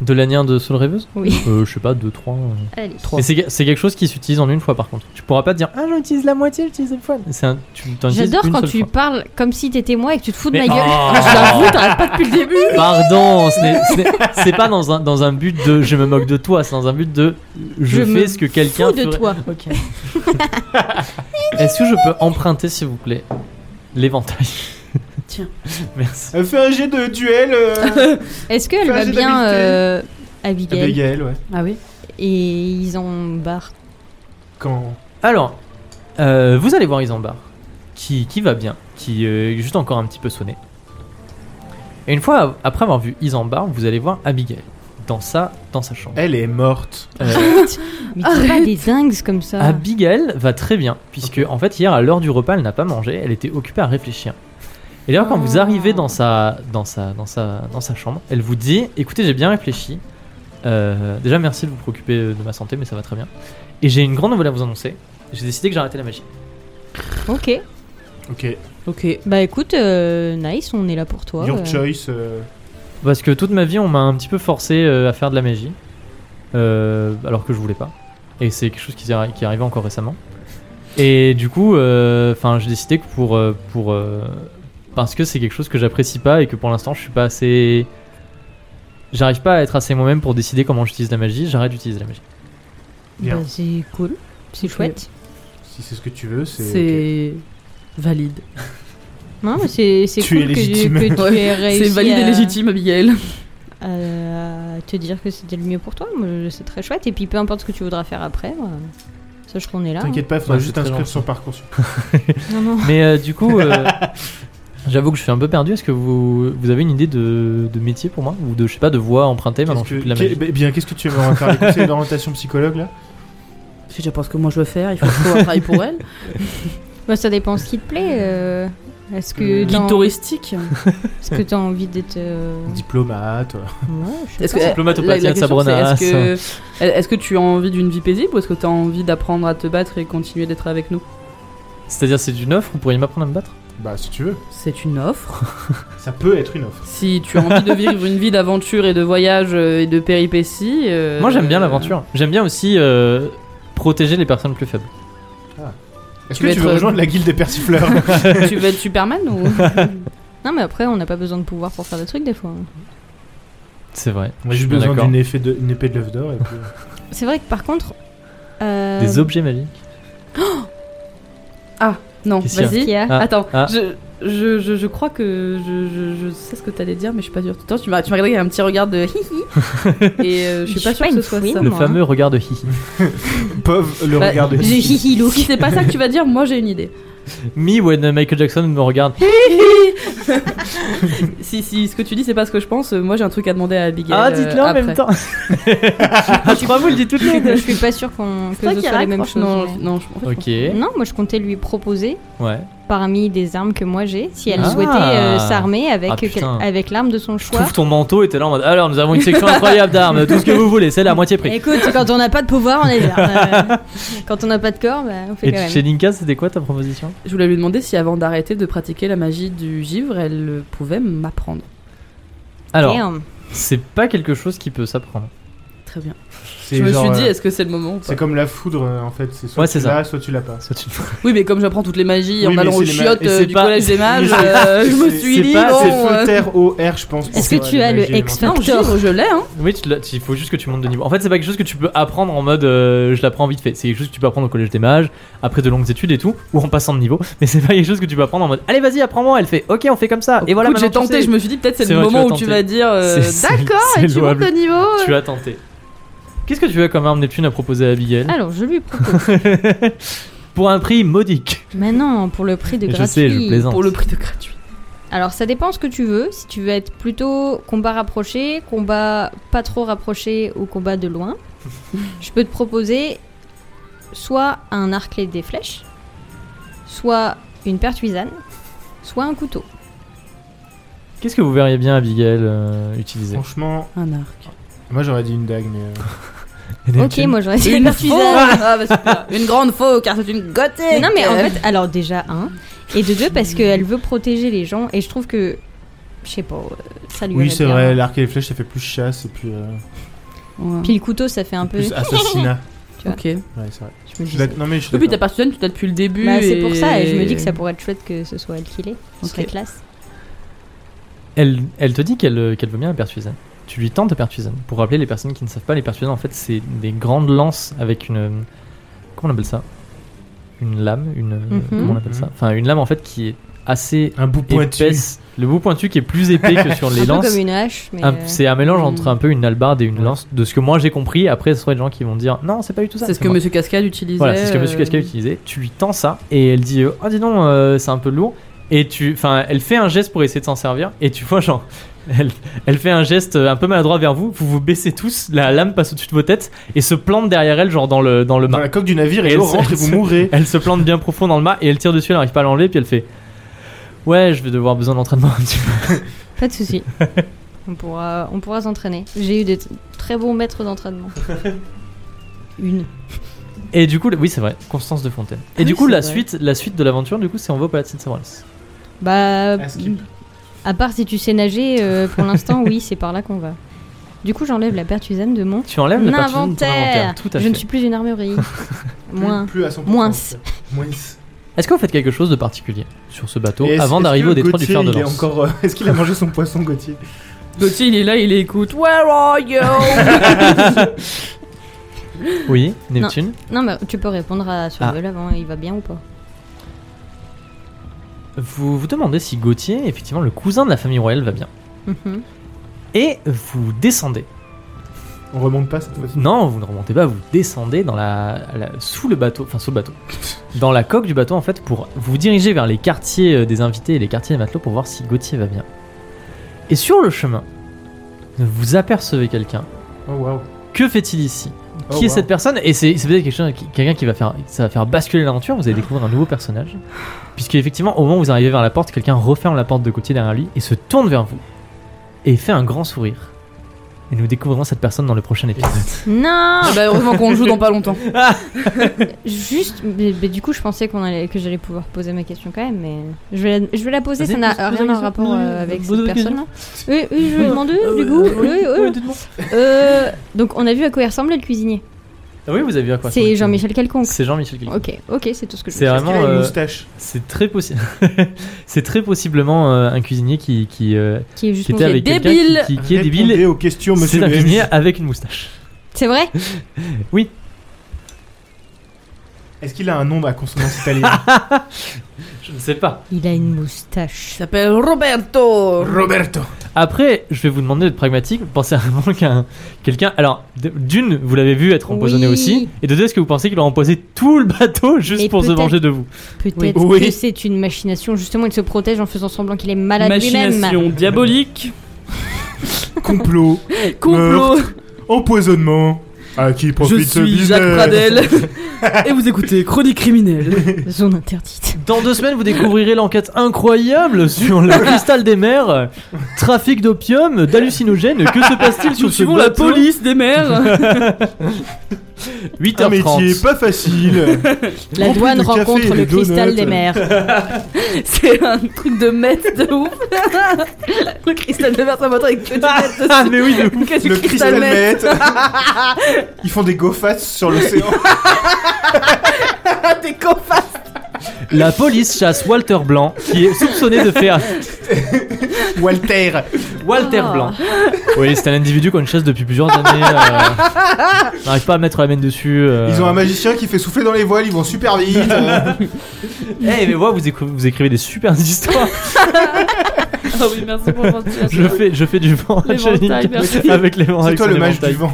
S1: De lanières de saule rêveuse
S2: Oui.
S1: Euh, Je sais pas deux trois. euh.
S2: Allez.
S1: Mais c'est c'est quelque chose qui s'utilise en une fois par contre. Tu pourras pas dire Ah, j'en utilise la moitié, j'utilise une fois. C'est un- tu t'en utilises
S2: J'adore
S1: une
S2: quand
S1: seule
S2: tu
S1: fois.
S2: parles comme si t'étais moi et que tu te fous de
S1: Mais-
S2: ma gueule.
S1: Oh.
S2: Je l'avoue, t'arrêtes pas depuis le début.
S1: Pardon, ce n'est- ce n'est- c'est pas dans un, dans un but de je me moque de toi, c'est dans un but de je,
S2: Je
S1: fais
S2: me
S1: ce que quelqu'un
S2: Fous de
S1: ferait.
S2: toi.
S1: Est-ce que je peux emprunter s'il vous plaît l'éventail
S5: Tiens.
S1: Merci.
S3: Euh, fais un jet de duel, euh,
S2: Est-ce qu'elle
S3: Faire
S2: va
S3: un jet
S2: bien
S3: d'habileté.
S2: euh, Abigail
S3: Abigail, ben, ouais.
S5: ah oui.
S2: et ils ont barre.
S3: Quand.
S1: Alors, euh, vous allez voir Isambard, qui, qui va bien, qui euh, est juste encore un petit peu sonné. Et une fois av- après avoir vu Isambard, vous allez voir Abigail dans sa, dans sa chambre.
S3: Elle est morte.
S1: Euh,
S2: Mais dis pas
S5: Arrête.
S2: des dingues comme ça.
S1: Ah, Abigail va très bien, puisque en fait hier à l'heure du repas elle n'a pas mangé, elle était occupée à réfléchir. Et d'ailleurs quand vous
S2: Ah.
S1: arrivez dans sa, dans, sa, dans, sa, dans sa chambre, elle vous dit, écoutez j'ai bien réfléchi, Euh, déjà merci de vous préoccuper euh, de ma santé mais ça va très bien. Et j'ai une grande nouvelle à vous annoncer, j'ai décidé que j'arrêtais la magie.
S2: ok.
S3: Ok.
S5: Ok.
S2: Bah écoute, euh, nice, on est là pour toi.
S3: Your
S2: euh.
S3: choice. euh,
S1: Parce que toute ma vie on m'a un petit peu forcé euh, à faire de la magie, euh, alors que je voulais pas. Et c'est quelque chose qui, est- qui est arrivé encore récemment. Et du coup, euh, enfin, j'ai décidé que pour, euh, pour euh, parce que c'est quelque chose que j'apprécie pas et que pour l'instant je suis pas assez, j'arrive pas à être assez moi-même pour décider comment j'utilise la magie. J'arrête d'utiliser la magie.
S3: Bien.
S2: Bah, c'est cool, c'est
S5: Ok.
S2: chouette.
S3: Si c'est ce que tu veux, c'est.
S5: C'est valide.
S2: Non, mais c'est c'est
S3: Tu
S2: cool
S3: es
S2: que,
S3: légitime.
S2: que tu aies réussi.
S5: C'est valide et
S2: à-
S5: légitime, Abigail.
S2: à te dire que c'était le mieux pour toi. Moi, je- C'est très chouette. Et puis peu importe ce que tu voudras faire après, moi, Sache qu'on est là.
S3: T'inquiète pas,
S1: Ouais,
S3: faudra
S1: c'est
S3: juste
S1: très
S3: inscrire
S1: gentil.
S3: sur Parcoursup.
S2: hein. Non, non.
S1: Mais euh, du coup, euh, j'avoue que je suis un peu perdu. Est-ce que vous, vous avez une idée de, de métier pour moi Ou de, je sais pas, de voix empruntée maintenant que je
S3: Qu'est-ce
S1: fais plus
S3: que-
S1: de la
S3: qu'est-
S1: magie.
S3: eh bien, qu'est-ce que tu aimerais faire Les conseils d'orientation psychologue là
S5: Je sais déjà pas ce que moi je veux faire, il faut trouver un travail pour elle.
S2: Bah, ça dépend ce qui te plaît. euh, Est-ce que
S5: Guide
S2: t'as en-
S5: touristique.
S2: est-ce que t'as envie d'être. euh,
S3: Diplomate. euh.
S2: ouais, je sais
S5: Est-ce
S2: pas.
S5: que,
S1: Diplomate au
S5: la- la
S1: Palatinat de
S5: question,
S1: Sabronas.
S5: c'est Est-ce que, est-ce que tu as envie d'une vie paisible ou est-ce que tu as envie d'apprendre à te battre et continuer d'être avec nous
S1: C'est-à-dire, c'est une offre Vous pourriez m'apprendre à me battre
S3: Bah, si tu veux.
S5: C'est une offre.
S3: Ça peut être une offre.
S5: Si tu as envie de vivre une vie d'aventure et de voyage euh, et de péripéties. euh,
S1: Moi, j'aime bien l'aventure. J'aime bien aussi euh, protéger les personnes plus faibles.
S3: Est-ce
S5: Tu
S3: que
S5: veux
S3: tu
S5: être,
S3: veux
S5: euh,
S3: rejoindre la guilde des persifleurs
S5: Tu veux être Superman ou
S2: Non, mais après, on n'a pas besoin de pouvoir pour faire des trucs des fois.
S1: C'est vrai.
S3: On a juste
S1: D'accord.
S3: besoin d'une épée de, une épée de l'œuf d'or et puis. euh,
S2: C'est vrai que par contre. euh,
S1: Des objets magiques.
S5: Non,
S1: Qu'est-ce qu'il y a
S2: ce qu'il
S5: vas-y.
S2: y a.
S1: Ah,
S5: Attends,
S1: ah.
S5: Je, je, je, je crois que je, je, je sais ce que t'allais dire, mais je suis pas sûre. Attends, tu m'as tu m'as regardé avec un petit regard de hihi. et euh, je suis
S2: Je
S5: pas
S2: suis
S5: sûre
S2: pas
S5: que ce
S2: une
S5: soit
S2: fouine,
S5: ça.
S2: moi.
S1: Le fameux regard de hihi.
S3: Pauvre, le
S5: Bah,
S3: regard de.
S2: J'ai hihi look.
S5: Si c'est pas ça que tu vas dire, moi j'ai une idée.
S1: Me when Michael Jackson me regarde.
S5: Si, si ce que tu dis c'est pas ce que je pense, euh, moi j'ai un truc à demander à Abigail.
S1: Ah,
S5: euh,
S1: dites-le en
S5: après.
S1: même temps. ah, je crois vous le dites toutes les
S2: Je
S1: deux.
S2: suis pas sûre qu'on
S4: toi
S2: que ce
S4: qui
S2: soit les mêmes
S5: Franchement,
S2: choses.
S5: Non,
S2: mais-
S5: non, je- en fait,
S1: Ok.
S2: Non, moi je comptais lui proposer
S1: Ouais.
S2: parmi des armes que moi j'ai, si elle
S1: Ah.
S2: souhaitait euh, s'armer avec,
S1: Ah, putain.
S2: quel- avec l'arme de son
S1: Je
S2: choix.
S1: trouve ton manteau était là en mode. Alors, nous avons une section incroyable d'armes. Tout ce que vous voulez, c'est la moitié prix.
S2: Écoute, quand on n'a pas de pouvoir, on est là. Euh, quand on n'a pas de corps, bah, on fait
S1: Et
S2: quand même.
S1: chez Linka, c'était quoi ta proposition
S5: Je voulais lui demander si avant d'arrêter de pratiquer la magie du givre, elle euh, pouvait m'apprendre.
S1: Alors,
S2: Damn.
S1: c'est pas quelque chose qui peut s'apprendre.
S5: Très bien.
S3: C'est
S5: Je me
S3: genre,
S5: suis dit,
S3: euh,
S5: est-ce que c'est le moment ou pas
S3: C'est comme la foudre euh, en fait, c'est soit
S1: Ouais,
S3: tu
S1: c'est ça.
S3: l'as, soit tu l'as pas.
S1: Soit tu-
S5: Oui, mais comme j'apprends toutes les magies
S3: Oui,
S5: en
S3: mais
S5: allant
S3: c'est
S5: aux
S3: les ma-
S5: chiottes
S1: et
S5: euh,
S1: c'est
S5: du
S1: pas-
S5: collège des mages,
S3: c'est-
S5: euh, je me
S3: C'est-
S5: suis
S3: c'est
S5: dit,
S3: pas- C'est
S5: bon. euh,
S3: Feuter OR, je pense. pour
S2: Est-ce que
S3: faire
S2: tu
S3: les
S2: as le
S3: magies
S2: X
S3: élémentaires.
S5: Non, givre, je l'ai, hein.
S1: Oui, tu l'as- il faut juste que tu montes de niveau. En fait, c'est pas quelque chose que tu peux apprendre en mode euh, je l'apprends vite fait. C'est quelque chose que tu peux apprendre au collège des mages, après de longues études et tout, ou en passant de niveau. Mais c'est pas quelque chose que tu peux apprendre en mode allez, vas-y, apprends-moi. Elle fait ok, on fait comme ça. et voilà,
S5: Ah, Écoute, j'ai
S1: maintenant, tu
S5: tenté,
S1: sais.
S5: je me suis dit, peut-être c'est
S1: C'est
S5: le
S1: vrai, tu
S5: moment
S1: as
S5: où tu
S1: tenté.
S5: vas dire, euh,
S1: C'est- c'est-
S5: d'accord,
S1: c'est
S5: et tu montes
S1: louable.
S5: de niveau. euh,
S1: Tu as tenté. Qu'est-ce que tu veux comme arme Neptune à proposer à Abigail
S5: Ah.
S2: Alors, je lui propose.
S1: Pour un prix modique.
S2: Maintenant, pour le prix de gratuit.
S1: Je sais, je plaisante.
S5: Pour le prix de gratuit.
S2: Alors, ça dépend ce que tu veux. Si tu veux être plutôt combat rapproché, combat pas trop rapproché ou combat de loin, je peux te proposer soit un arc et des flèches, soit une pertuisane, soit un couteau.
S1: Qu'est-ce que vous verriez bien Abigail euh, utiliser
S3: Franchement,
S5: Un arc.
S3: moi j'aurais dit une dague, mais. euh,
S1: Et
S2: Ok,
S1: Neptune
S2: moi j'aurais dit
S5: Une
S2: une
S5: faux Ah, bah, super. Une grande faux, car c'est une
S2: Mais
S5: gothique
S2: non, mais en fait, alors déjà, un. Et de deux, parce qu'elle veut protéger les gens. Et je trouve que. Je sais pas, euh, ça lui
S3: Oui,
S2: irait
S3: c'est
S2: bien.
S3: vrai, l'arc et les flèches ça fait plus chasse et puis. euh,
S5: Ouais.
S2: Puis le couteau, ça fait un peu.
S3: Plus assassinat. Bah,
S5: Ok. Et
S3: Ouais, c'est vrai.
S2: Je me
S3: Je
S2: dis
S3: suis
S2: ça.
S3: d'ac- Non, mais je suis
S5: puis t'as
S3: d'accord.
S5: Partizan, tu l'as depuis le début.
S2: Bah, c'est
S5: et-
S2: pour ça, et je me dis que ça pourrait être chouette que ce soit elle qui l'ait. Ce serait
S5: Ok.
S2: classe.
S1: Elle, elle te dit qu'elle euh, qu'elle veut bien la pertuisane. Tu lui tentes la pertuisane. Pour rappeler les personnes qui ne savent pas, les pertuisanes, en fait, c'est des grandes lances avec une. euh, Comment on appelle ça Une lame une, euh,
S2: Mhm.
S1: Comment on appelle ça
S3: Mhm.
S1: Enfin, une lame en fait qui est assez
S3: un bout pointu.
S1: épaisse. Le bout pointu qui est plus épais que sur les
S2: un
S1: lances.
S2: peu comme une hache, mais.
S1: Un-
S2: euh,
S1: C'est un mélange
S5: Mhm.
S1: entre un peu une halbarde et une
S3: Ouais.
S1: lance. De ce que moi j'ai compris, après, ce seraient des gens qui vont dire non, c'est pas du tout ça.
S5: C'est ce que
S1: moi.
S5: Monsieur Cascade utilisait.
S1: Voilà, c'est ce que Monsieur
S5: euh,
S1: Casca utilisait. Tu lui tends ça et elle dit euh, Oh, dis donc, euh, c'est un peu lourd. Et tu. Enfin, elle fait un geste pour essayer de s'en servir. Et tu vois, genre. Elle, elle fait un geste euh, un peu maladroit vers vous. Vous vous baissez tous. La lame passe au-dessus de vos têtes et se plante derrière elle, genre dans le, dans le
S3: Dans
S1: mât.
S3: la coque du navire et
S1: Elle
S3: l'eau
S1: se-
S3: rentre et vous mourrez.
S1: Elle se plante bien profond dans le mât et elle tire dessus. Elle n'arrive pas à l'enlever. Puis elle fait Ouais, je vais devoir besoin d'entraînement un petit peu.
S2: Pas de soucis. on pourra, on pourra s'entraîner. J'ai eu des t- très bons maîtres d'entraînement. Une.
S1: Et du coup, le- oui, c'est vrai. Constance de Fontaine. Et
S5: Ah
S1: du
S5: oui,
S1: coup,
S5: c'est
S1: la
S5: vrai.
S1: suite, la suite de l'aventure, du coup, c'est on va au Palatin de Saint-Maurice.
S2: Bah.
S3: Un skip.
S2: À part si tu sais nager, euh, pour l'instant, oui, c'est par là qu'on va. Du coup, j'enlève la pertusane de mon
S1: Tu enlèves le Palatin de ton
S2: inventaire.
S1: inventaire. Tout à
S2: je
S1: fait.
S2: ne suis plus une armurerie.
S3: Plus-
S2: Moins.
S3: Plus à 100%.
S2: Moins.
S3: en fait. Moins.
S1: Est-ce que vous faites quelque chose de particulier sur ce bateau
S3: Et est-ce-
S1: avant
S3: est-ce
S1: d'arriver
S3: que
S1: au détroit du
S3: Gauthier,
S1: fer de
S3: il est
S1: lance
S3: encore, euh, Est-ce qu'il a mangé son poisson, Gauthier
S5: Gauthier, il est là, il écoute. Where are you
S1: Oui, Neptune.
S2: Non, mais tu peux répondre à ce
S1: Ah.
S2: level avant, il va bien ou pas
S1: Vous vous demandez si Gauthier, effectivement le cousin de la famille royale, va bien.
S2: Mhm.
S1: Et vous descendez.
S3: On remonte pas cette fois-ci.
S1: Non, vous ne remontez pas, vous descendez dans la, la- sous le bateau, enfin sous le bateau, dans la coque du bateau en fait, pour vous diriger vers les quartiers euh, des invités et les quartiers des matelots pour voir si Gauthier va bien. Et sur le chemin, vous apercevez quelqu'un.
S3: Oh waouh.
S1: Que fait-il ici
S3: Oh,
S1: Qui est
S3: wow.
S1: cette personne Et c'est c'est peut-être quelque chose- quelqu'un qui va faire, ça va faire basculer l'aventure.
S3: Ah.
S1: Vous allez découvrir un nouveau personnage, puisque effectivement, au moment où vous arrivez vers la porte, quelqu'un referme la porte de Gauthier derrière lui et se tourne vers vous et fait un grand sourire. Et nous découvrirons cette personne dans le prochain épisode.
S2: Non
S5: Ah bah, heureusement qu'on le joue dans pas longtemps.
S2: Juste, mais, mais du coup, je pensais qu'on allait, que j'allais pouvoir poser ma question quand même, mais je vais la, je vais la poser,
S1: Vas-y,
S2: ça n'a
S1: pose- pose la
S2: rien à
S1: question.
S2: rapport
S1: Non,
S2: euh, avec
S1: pose
S2: cette
S1: la question.
S2: personne-là. Oui, oui, je vais demander,
S3: Ah
S2: du coup. oui, oui. Euh, donc, on a vu à quoi il ressemblait le cuisinier.
S1: Ah oui, vous avez vu à quoi ça
S2: c'est
S1: ressemble.
S2: Jean-Michel Quelconque.
S1: C'est Jean-Michel Guillemot.
S2: Ok, ok, c'est tout ce que je
S1: C'est
S2: voulais
S1: vraiment,
S3: Est-ce qu'il a une
S1: euh,
S3: moustache.
S1: C'est très possible. c'est très possiblement euh, un cuisinier qui qui, euh,
S2: dire. Qui est juste
S1: qui était
S2: mon-
S1: avec
S5: est
S1: quelqu'un
S5: débile.
S1: qui, qui- qui est
S3: Répondez
S1: débile.
S3: aux questions,
S1: C'est
S3: monsieur
S1: un
S3: le
S1: cuisinier
S3: MC.
S1: avec une moustache.
S2: C'est vrai
S3: Est-ce qu'il a un nom à consonance italienne
S1: Ah, Je ne sais pas.
S2: Il a une
S5: Il
S2: moustache.
S5: s'appelle Roberto.
S3: Roberto.
S1: Après, je vais vous demander d'être pragmatique. Pensez à vraiment qu'un quelqu'un. Alors, d- d'une, vous l'avez vu être empoisonné
S2: Oui.
S1: aussi, et de deux, est-ce que vous pensez qu'il a empoisé tout le bateau juste
S2: Mais
S1: pour se
S2: peut-être.
S1: venger de vous
S2: Peut-être
S3: Oui.
S2: que c'est une machination. Justement, il se protège en faisant semblant qu'il est malade lui-même.
S6: Machination diabolique.
S3: Complot.
S5: Complot.
S3: Empoisonnement. À qui
S5: Je
S3: profite ce
S5: suis
S3: business
S5: Jacques Pradel. Et vous écoutez Chronique criminelle.
S2: Zone interdite.
S1: Dans deux semaines, vous découvrirez l'enquête incroyable sur le cristal des mers, trafic d'opium, d'hallucinogènes. Que se passe-t-il sur
S5: Nous
S1: ce
S5: suivons la
S1: bateau
S5: police des mers.
S3: Un
S1: 8h30.
S3: métier pas facile.
S2: La
S3: Rempli
S2: douane
S3: de café et
S2: rencontre
S3: de
S2: le cristal
S3: donuts.
S2: des mers.
S5: C'est un truc de maître de ouf. Le cristal de mer, ça m'attend avec que du maître
S1: Ah mais oui, de
S5: dessus. Que du
S3: Le cristal
S5: maître.
S3: net. Ils font des go-fast sur l'océan.
S5: Ah,
S4: T'es copain
S1: La police chasse Walter Blanc, qui est soupçonné de faire
S3: Walter.
S1: Walter
S2: Ah.
S1: Blanc. Oui, c'est un individu qu'on chasse depuis plusieurs années. euh, n'arrive pas à mettre la main dessus. euh.
S3: Ils ont un magicien qui fait souffler dans les voiles, ils vont super vite. euh.
S1: Eh, mais moi, vous, écri- vous écrivez des super histoires.
S6: Ah oui, merci pour votre
S1: je, fais, je fais du vent à
S6: L'éventail,
S1: Jeanine
S6: merci.
S1: avec les vents.
S3: C'est
S1: avec
S3: toi
S1: son
S3: le mage
S1: éventail.
S3: du vent.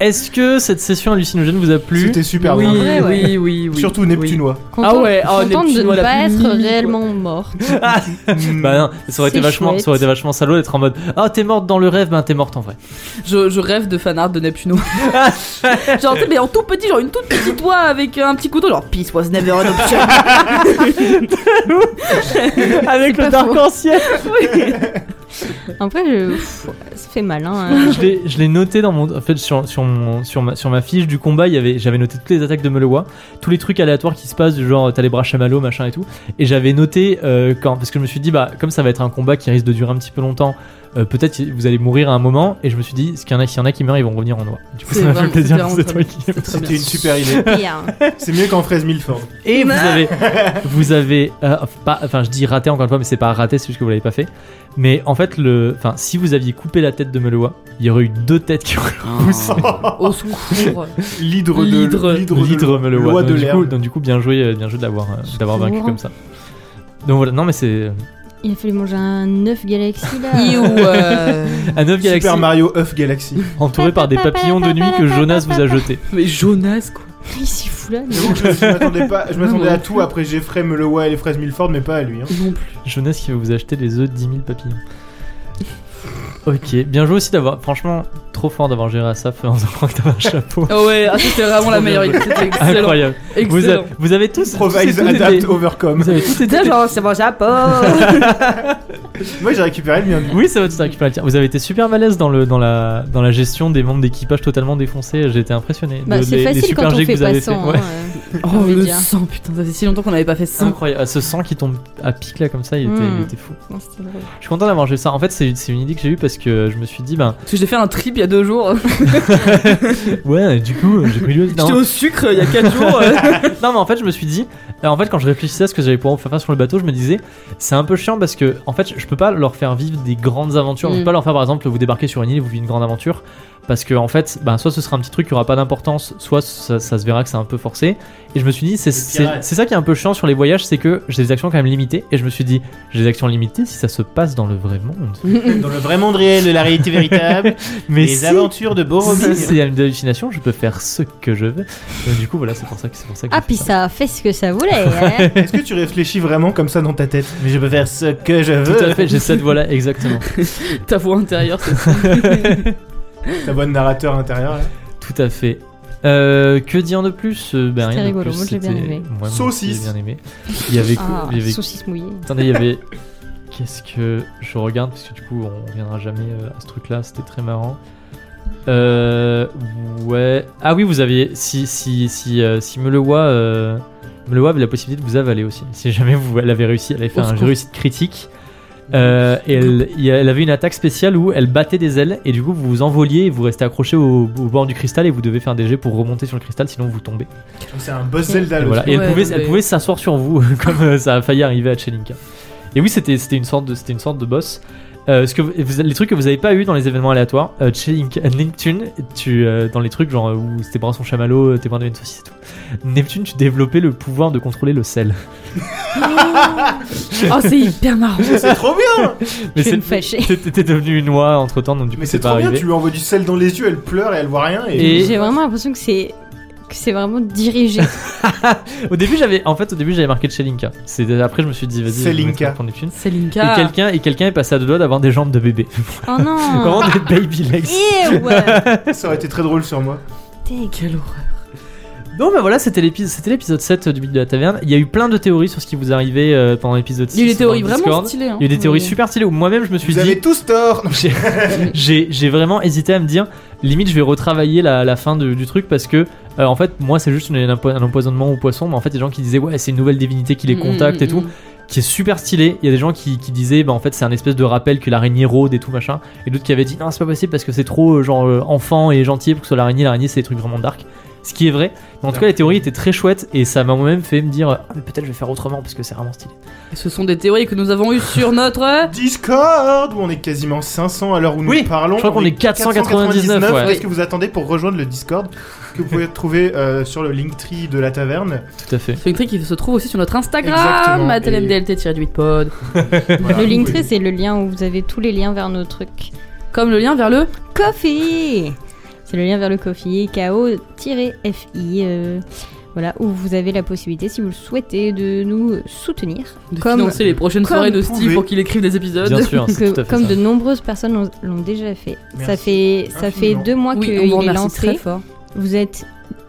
S1: Est-ce que cette session hallucinogène vous a plu
S3: C'était super
S5: oui,
S3: bien.
S2: Ouais, ouais.
S5: oui, oui, oui.
S3: Surtout Neptunois.
S2: Contente,
S5: Ah ouais, ah,
S2: contente
S5: Neptune,
S2: de ne
S5: voilà,
S2: pas
S5: plus
S2: être
S5: mimi, quoi.
S2: réellement morte.
S3: Mm.
S1: Bah non, ça aurait, été
S2: C'est
S1: vachement,
S2: chouette.
S1: ça aurait été vachement salaud d'être en mode Ah, t'es morte dans le rêve, ben t'es morte en vrai.
S5: Je, je rêve de fanart de Neptuno. genre, tu sais, mais en tout petit, genre une toute petite doigt avec un petit couteau, genre peace was never an option.
S1: Avec le dark ancien
S2: En vrai, je... pff, ça fait mal. Hein.
S1: je l'ai- je l'ai noté dans mon en fait sur sur mon- sur ma, sur ma fiche du combat il y avait j'avais noté toutes les attaques de Melewa tous les trucs aléatoires qui se passent du genre t'as les bras chamallows machin et tout et j'avais noté euh, quand parce que je me suis dit bah comme ça va être un combat qui risque de durer un petit peu longtemps euh, peut-être vous allez mourir à un moment et je me suis dit s'il y en a, s'il y en a qui meurent ils vont revenir en noir du coup
S5: C'est
S1: ça m'a
S5: vrai,
S1: fait plaisir
S5: c'est
S1: c'est toi
S5: vraiment
S1: qui
S3: C'était une super idée.
S2: Pire.
S3: C'est mieux qu'en fraise Milford.
S1: et vous avez, vous avez, euh, pas, enfin je dis raté encore une fois, mais c'est pas raté, c'est juste que vous l'avez pas fait. Mais en fait, le, enfin si vous aviez coupé la tête de Meloa, il y aurait eu deux têtes qui auraient poussé.
S5: Au secours.
S3: L'hydre de
S5: L'hydre.
S1: L'hydre
S3: de
S1: Meloa.
S3: loi de
S1: Donc, du
S3: l'air.
S1: coup, donc du coup, bien joué, euh, bien joué de l'avoir, euh, d'avoir vaincu
S2: Secours.
S1: comme ça. Donc voilà, non mais c'est euh,
S2: Il a fallu manger un œuf galaxy là.
S5: You, euh,
S1: un œuf galaxy
S3: Super Mario œuf Galaxy.
S1: entouré par des papillons de nuit que Jonas vous a jeté.
S5: Mais Jonas, quoi.
S2: Il s'y fout là. mais-
S3: J'avoue que je m'attendais pas, je m'attendais
S5: Non,
S3: à
S5: non.
S3: tout après Jeffrey Meloa et les fraises Milford, mais pas à lui. hein.
S5: Non plus.
S1: Jonas qui va vous acheter les œufs de 10 000 papillons. Ok, bien joué aussi d'avoir, franchement, trop fort d'avoir géré à ça, en sachant que t'avais un chapeau.
S5: Ah ouais, ah, c'était vraiment la meilleure idée. C'était excellent.
S1: Incroyable. Vous,
S5: excellent.
S1: a- vous avez tous
S3: Improvise,
S1: tous et toutes
S3: adapt,
S1: été-
S3: overcome.
S1: vous avez tous été-
S5: C'était genre, c'est mon chapeau.
S3: Moi j'ai récupéré le mien.
S1: Oui, ça va tout à fait. Vous avez été super malaise dans, le, dans, la, dans la gestion des membres d'équipage totalement défoncés. J'ai été impressionné.
S2: Bah,
S1: de-
S2: c'est
S1: des- des
S2: facile
S1: super
S2: quand
S1: jets
S2: on
S1: que
S2: fait
S1: vous avez
S2: pas hein,
S1: fait.
S2: sans.
S1: Ouais.
S2: J'ai
S5: Oh,
S2: envie de
S5: le
S2: dire.
S5: sang, putain, ça fait si longtemps qu'on n'avait pas fait
S1: C'est
S5: ça.
S1: incroyable. Ah, Hmm. Ce sang qui tombe à pic là comme ça, il était,
S2: Mm.
S1: il était fou.
S2: euh.
S1: Je suis content d'avoir joué ça. En fait, c'est c'est une idée que j'ai eue parce que je me suis dit, ben
S5: Parce que j'ai fait un trip il y a deux jours.
S1: ouais, du coup, euh, j'ai pris le.
S5: J'étais
S1: Non.
S5: au sucre il y a quatre jours. euh.
S1: non, mais en fait, je me suis dit, euh, en fait, quand je réfléchissais à ce que j'allais pouvoir faire faire sur le bateau, je me disais, c'est un peu chiant parce que, en fait, je peux pas leur faire vivre des grandes aventures. Je peux
S5: Mm.
S1: pas leur faire, par exemple, vous débarquer sur une île et vous vivez une grande aventure. ben, Parce que, en fait, bah, soit ce sera un petit truc qui aura pas d'importance, soit ça, ça se verra que c'est un peu forcé. Et je me suis dit, c'est c'est-
S3: pirate.
S1: c'est ça qui est un peu chiant sur les voyages, c'est que j'ai des actions quand même limitées. Et je me suis dit, j'ai des actions limitées si ça se passe dans le vrai monde.
S3: Dans le vrai monde réel, la réalité véritable,
S1: Mais
S3: les
S1: si,
S3: aventures de Boromir.
S1: si c'est une hallucination, je peux faire ce que je veux. Donc, du coup, voilà, c'est pour ça que c'est pour ça que.
S2: Ah,
S1: j'ai
S2: puis
S1: fait
S2: ça a fait ce que ça voulait. hein.
S3: Est-ce que tu réfléchis vraiment comme ça dans ta tête Mais je peux faire ce que je veux.
S1: Tout à fait, j'ai cette voix-là, exactement.
S5: Ta voix intérieure, c'est
S3: Ta bonne narrateur intérieur. là.
S1: Tout à fait. Euh, que dire de plus Euh, ben,
S2: C'était
S1: rien de
S2: rigolo,
S1: plus,
S2: moi, j'ai bien
S1: c'était-
S2: aimé.
S1: Ouais, moi aussi,
S3: Saucisse.
S1: j'ai bien aimé. Il y avait.
S2: Ah,
S1: il y avait-
S2: saucisse mouillée.
S1: Attendez, il y avait. Qu'est-ce que je regarde Parce que du coup, on reviendra jamais euh, à ce truc-là. C'était très marrant. Euh, ouais. Ah oui, vous aviez. Si si si euh, si Melewa, euh, Melewa avait la possibilité de vous avaler aussi. Si jamais vous elle avait réussi, elle avait fait
S5: Au
S1: un
S5: secours.
S1: réussite critique. Euh, et elle, il y a- elle avait une attaque spéciale où elle battait des ailes et du coup vous vous envoliez et vous restez accroché au, au bord du cristal et vous devez faire des jets pour remonter sur le cristal sinon vous tombez.
S3: Donc C'est un boss Zelda.
S1: Et,
S3: le
S1: voilà.
S3: truc.
S1: Et elle,
S5: Ouais,
S1: pouvait,
S5: non,
S1: elle
S5: mais-
S1: pouvait s'asseoir sur vous, comme euh, ça a failli arriver à Chelinka. Et oui, c'était c'était une, sorte de- c'était une sorte de boss. Euh, ce que vous- vous- les trucs que vous avez pas eu dans les événements aléatoires, euh, Chelinka- euh, Neptune, tu, euh, dans les trucs genre euh, où c'était brasson chamallow, euh, t'es brin de une saucisse et tout, Neptune, tu développais le pouvoir de contrôler le sel.
S5: Oh, c'est hyper marrant.
S3: C'est trop bien
S1: Mais
S2: vais
S1: c'est-
S2: me fâcher.
S1: t'es- T'es devenu une oie entre temps, donc du coup,
S3: Mais c'est
S1: pas
S3: trop bien,
S1: arrivé.
S3: tu lui envoies du sel dans les yeux, elle pleure et elle voit rien. Et,
S1: Et-
S2: J'ai vraiment l'impression que c'est que c'est vraiment dirigé.
S1: Au début, j'avais en fait, au début, j'avais marqué Chelinka. C'est- Après, je me suis dit, vas-y, je vais
S3: Chelinka.
S1: mettre ça pour Neptune.
S5: C'est
S1: Et
S5: Linka.
S1: quelqu'un et quelqu'un est passé à deux doigts d'avoir des jambes de bébé.
S2: Oh
S5: Ah.
S2: non.
S1: Vraiment des baby legs.
S2: Ew.
S3: ça aurait été très drôle sur moi.
S5: Quelle horreur.
S1: Non, bah voilà, c'était l'épisode, c'était l'épisode 7 du Mythe de la Taverne. Il y a eu plein de théories sur ce qui vous arrivait euh, pendant l'épisode 6.
S5: Il y a eu des théories
S1: dans le
S5: vraiment
S1: Discord.
S5: stylées. hein.
S1: Il y a eu des théories
S5: Mais-
S1: super stylées où moi-même je me suis
S3: Vous
S1: dit,
S3: avez tous tort Non, j'ai-
S1: j'ai, j'ai vraiment hésité à me dire, limite je vais retravailler la, la fin de- du truc parce que, euh, en fait, moi c'est juste une- un, empo- un empoisonnement au poisson, mais en fait, il y a des gens qui disaient, ouais, c'est une nouvelle divinité qui les
S5: Mm,
S1: contacte
S5: mm,
S1: et tout,
S5: mm.
S1: qui est super stylé. Il y a des gens qui, qui disaient, bah en fait, c'est un espèce de rappel que l'araignée rôde et tout machin, et d'autres qui avaient dit, non, c'est pas possible parce que c'est trop euh, genre euh, enfant et gentil pour que ce soit l'araignée, l'araignée c'est des trucs vraiment dark. Ce qui est vrai, mais en tout cas, la théorie était très chouette et ça m'a moi-même fait me dire ah, mais peut-être je vais faire autrement parce que c'est vraiment stylé.
S5: Et Ce sont des théories que nous avons eues sur notre.
S3: Discord où on est quasiment 500 à l'heure où nous
S1: Oui,
S3: parlons.
S1: je crois qu'on
S3: On
S1: est 499, ouais.
S3: Qu'est-ce que vous attendez pour rejoindre le Discord que vous pouvez trouver euh, sur le Linktree de la taverne
S1: Tout à fait.
S5: C'est une truc qui se trouve aussi sur notre
S3: Exactement.
S5: Instagram, at
S3: Et-
S5: LMDLT-8pod.
S3: Voilà,
S2: Le
S3: vous
S2: Linktree,
S3: pouvez-
S2: c'est le lien où vous avez tous les liens vers nos trucs.
S5: Comme le lien vers le.
S2: Coffee C'est le lien vers le Coffee, KO-FI. euh, voilà, où vous avez la possibilité, si vous le souhaitez, de nous soutenir.
S5: De
S2: Comme-
S5: financer les prochaines
S2: comme
S5: soirées de
S3: vous
S5: Steve
S3: pouvez.
S5: pour qu'il écrive des épisodes.
S1: Bien sûr,
S2: Que-
S1: c'est tout à fait
S2: comme
S1: ça.
S2: de nombreuses personnes l'ont- l'ont déjà fait. Ça
S3: Merci
S2: fait, ça fait
S3: infiniment.
S2: deux mois
S5: Oui, on vous
S2: qu'il est
S5: remercie très
S2: lancé.
S5: fort.
S2: Vous êtes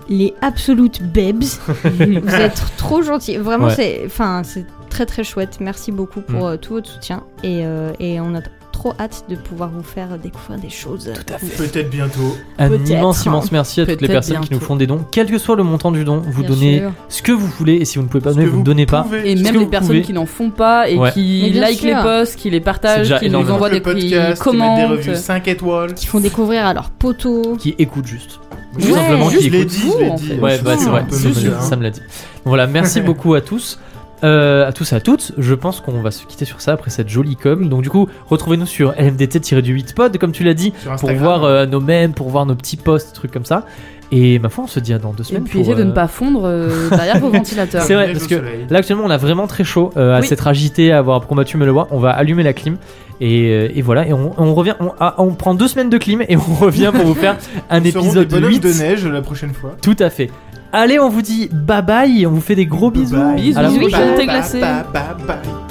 S2: les absolutes babes. vous êtes trop gentils. Vraiment,
S1: Ouais. Mm.
S2: c'est enfin, c'est très très chouette. Merci beaucoup pour euh, tout votre soutien. Et, euh, et on a t- trop hâte de pouvoir vous faire découvrir des choses. Tout à
S3: Peut-être bientôt.
S1: Un
S2: Peut-être,
S1: immense,
S2: hein.
S1: immense merci à toutes les
S5: Peut-être
S1: personnes qui nous
S5: bientôt.
S1: font des dons. Quel que soit le montant du don, vous
S2: Bien
S1: donnez
S2: sûr.
S1: ce que vous voulez et si vous ne pouvez pas
S3: Ce
S1: donner,
S3: que
S1: vous ne donnez pas.
S3: pouvez.
S5: Et
S1: Ce
S5: même
S1: que
S5: les
S1: vous
S5: personnes
S1: pouvez.
S5: qui n'en font pas et
S1: Ouais.
S5: qui
S2: Mais bien
S5: like
S2: sûr.
S5: les posts, qui les
S1: C'est déjà
S5: partagent, qui nous
S1: énorme.
S5: envoient
S3: le
S5: des, euh, qui
S3: podcast, qui mettent
S5: commentent.
S3: des revues 5 étoiles.
S2: Qui font découvrir à leurs poteaux.
S1: Qui écoute juste.
S2: Ouais.
S1: Tout simplement
S3: Juste
S1: qui
S3: les
S1: écoute.
S3: dix,
S5: vous,
S3: les
S5: en
S3: dix.
S5: fait.
S1: Ouais,
S3: euh, Je
S1: bah,
S3: pense
S1: c'est
S3: que
S1: vrai,
S3: un peu
S1: ça me
S3: mieux,
S1: l'a dit,
S3: hein.
S1: ça me l'a dit. Voilà, merci beaucoup à tous. Euh, à tous et à toutes, je pense qu'on va se quitter sur ça après cette jolie com. Donc du coup, retrouvez-nous sur lmdt-du8pod, comme tu l'as dit,
S3: Sur
S1: pour
S3: Instagram.
S1: voir euh, nos mèmes, pour voir nos petits posts, trucs comme ça. Et ma foi, on se dit à dans deux
S5: Et
S1: semaines.
S5: puis
S1: pour,
S5: essayez de
S1: euh,
S5: ne pas fondre euh, derrière vos ventilateurs.
S1: C'est vrai,
S3: Neige
S1: parce
S3: au
S1: que-
S3: soleil.
S1: Là actuellement on a vraiment très chaud euh, à
S5: Oui.
S1: s'être agité, à avoir combattu Melewa, on va allumer la clim et, euh, et voilà et on, on revient, on, ah, on prend deux semaines de clim et on revient pour vous faire un
S3: Nous serons des
S1: épisode
S3: bonhommes
S1: 8.
S3: de neige la prochaine fois.
S1: Tout à fait. Allez on vous dit bye bye, on vous fait des gros bisous.
S3: Bye bye.
S1: À la
S5: Bisous.
S1: prochaine.
S5: Thé glacé.
S3: Bye, bye, bye, bye.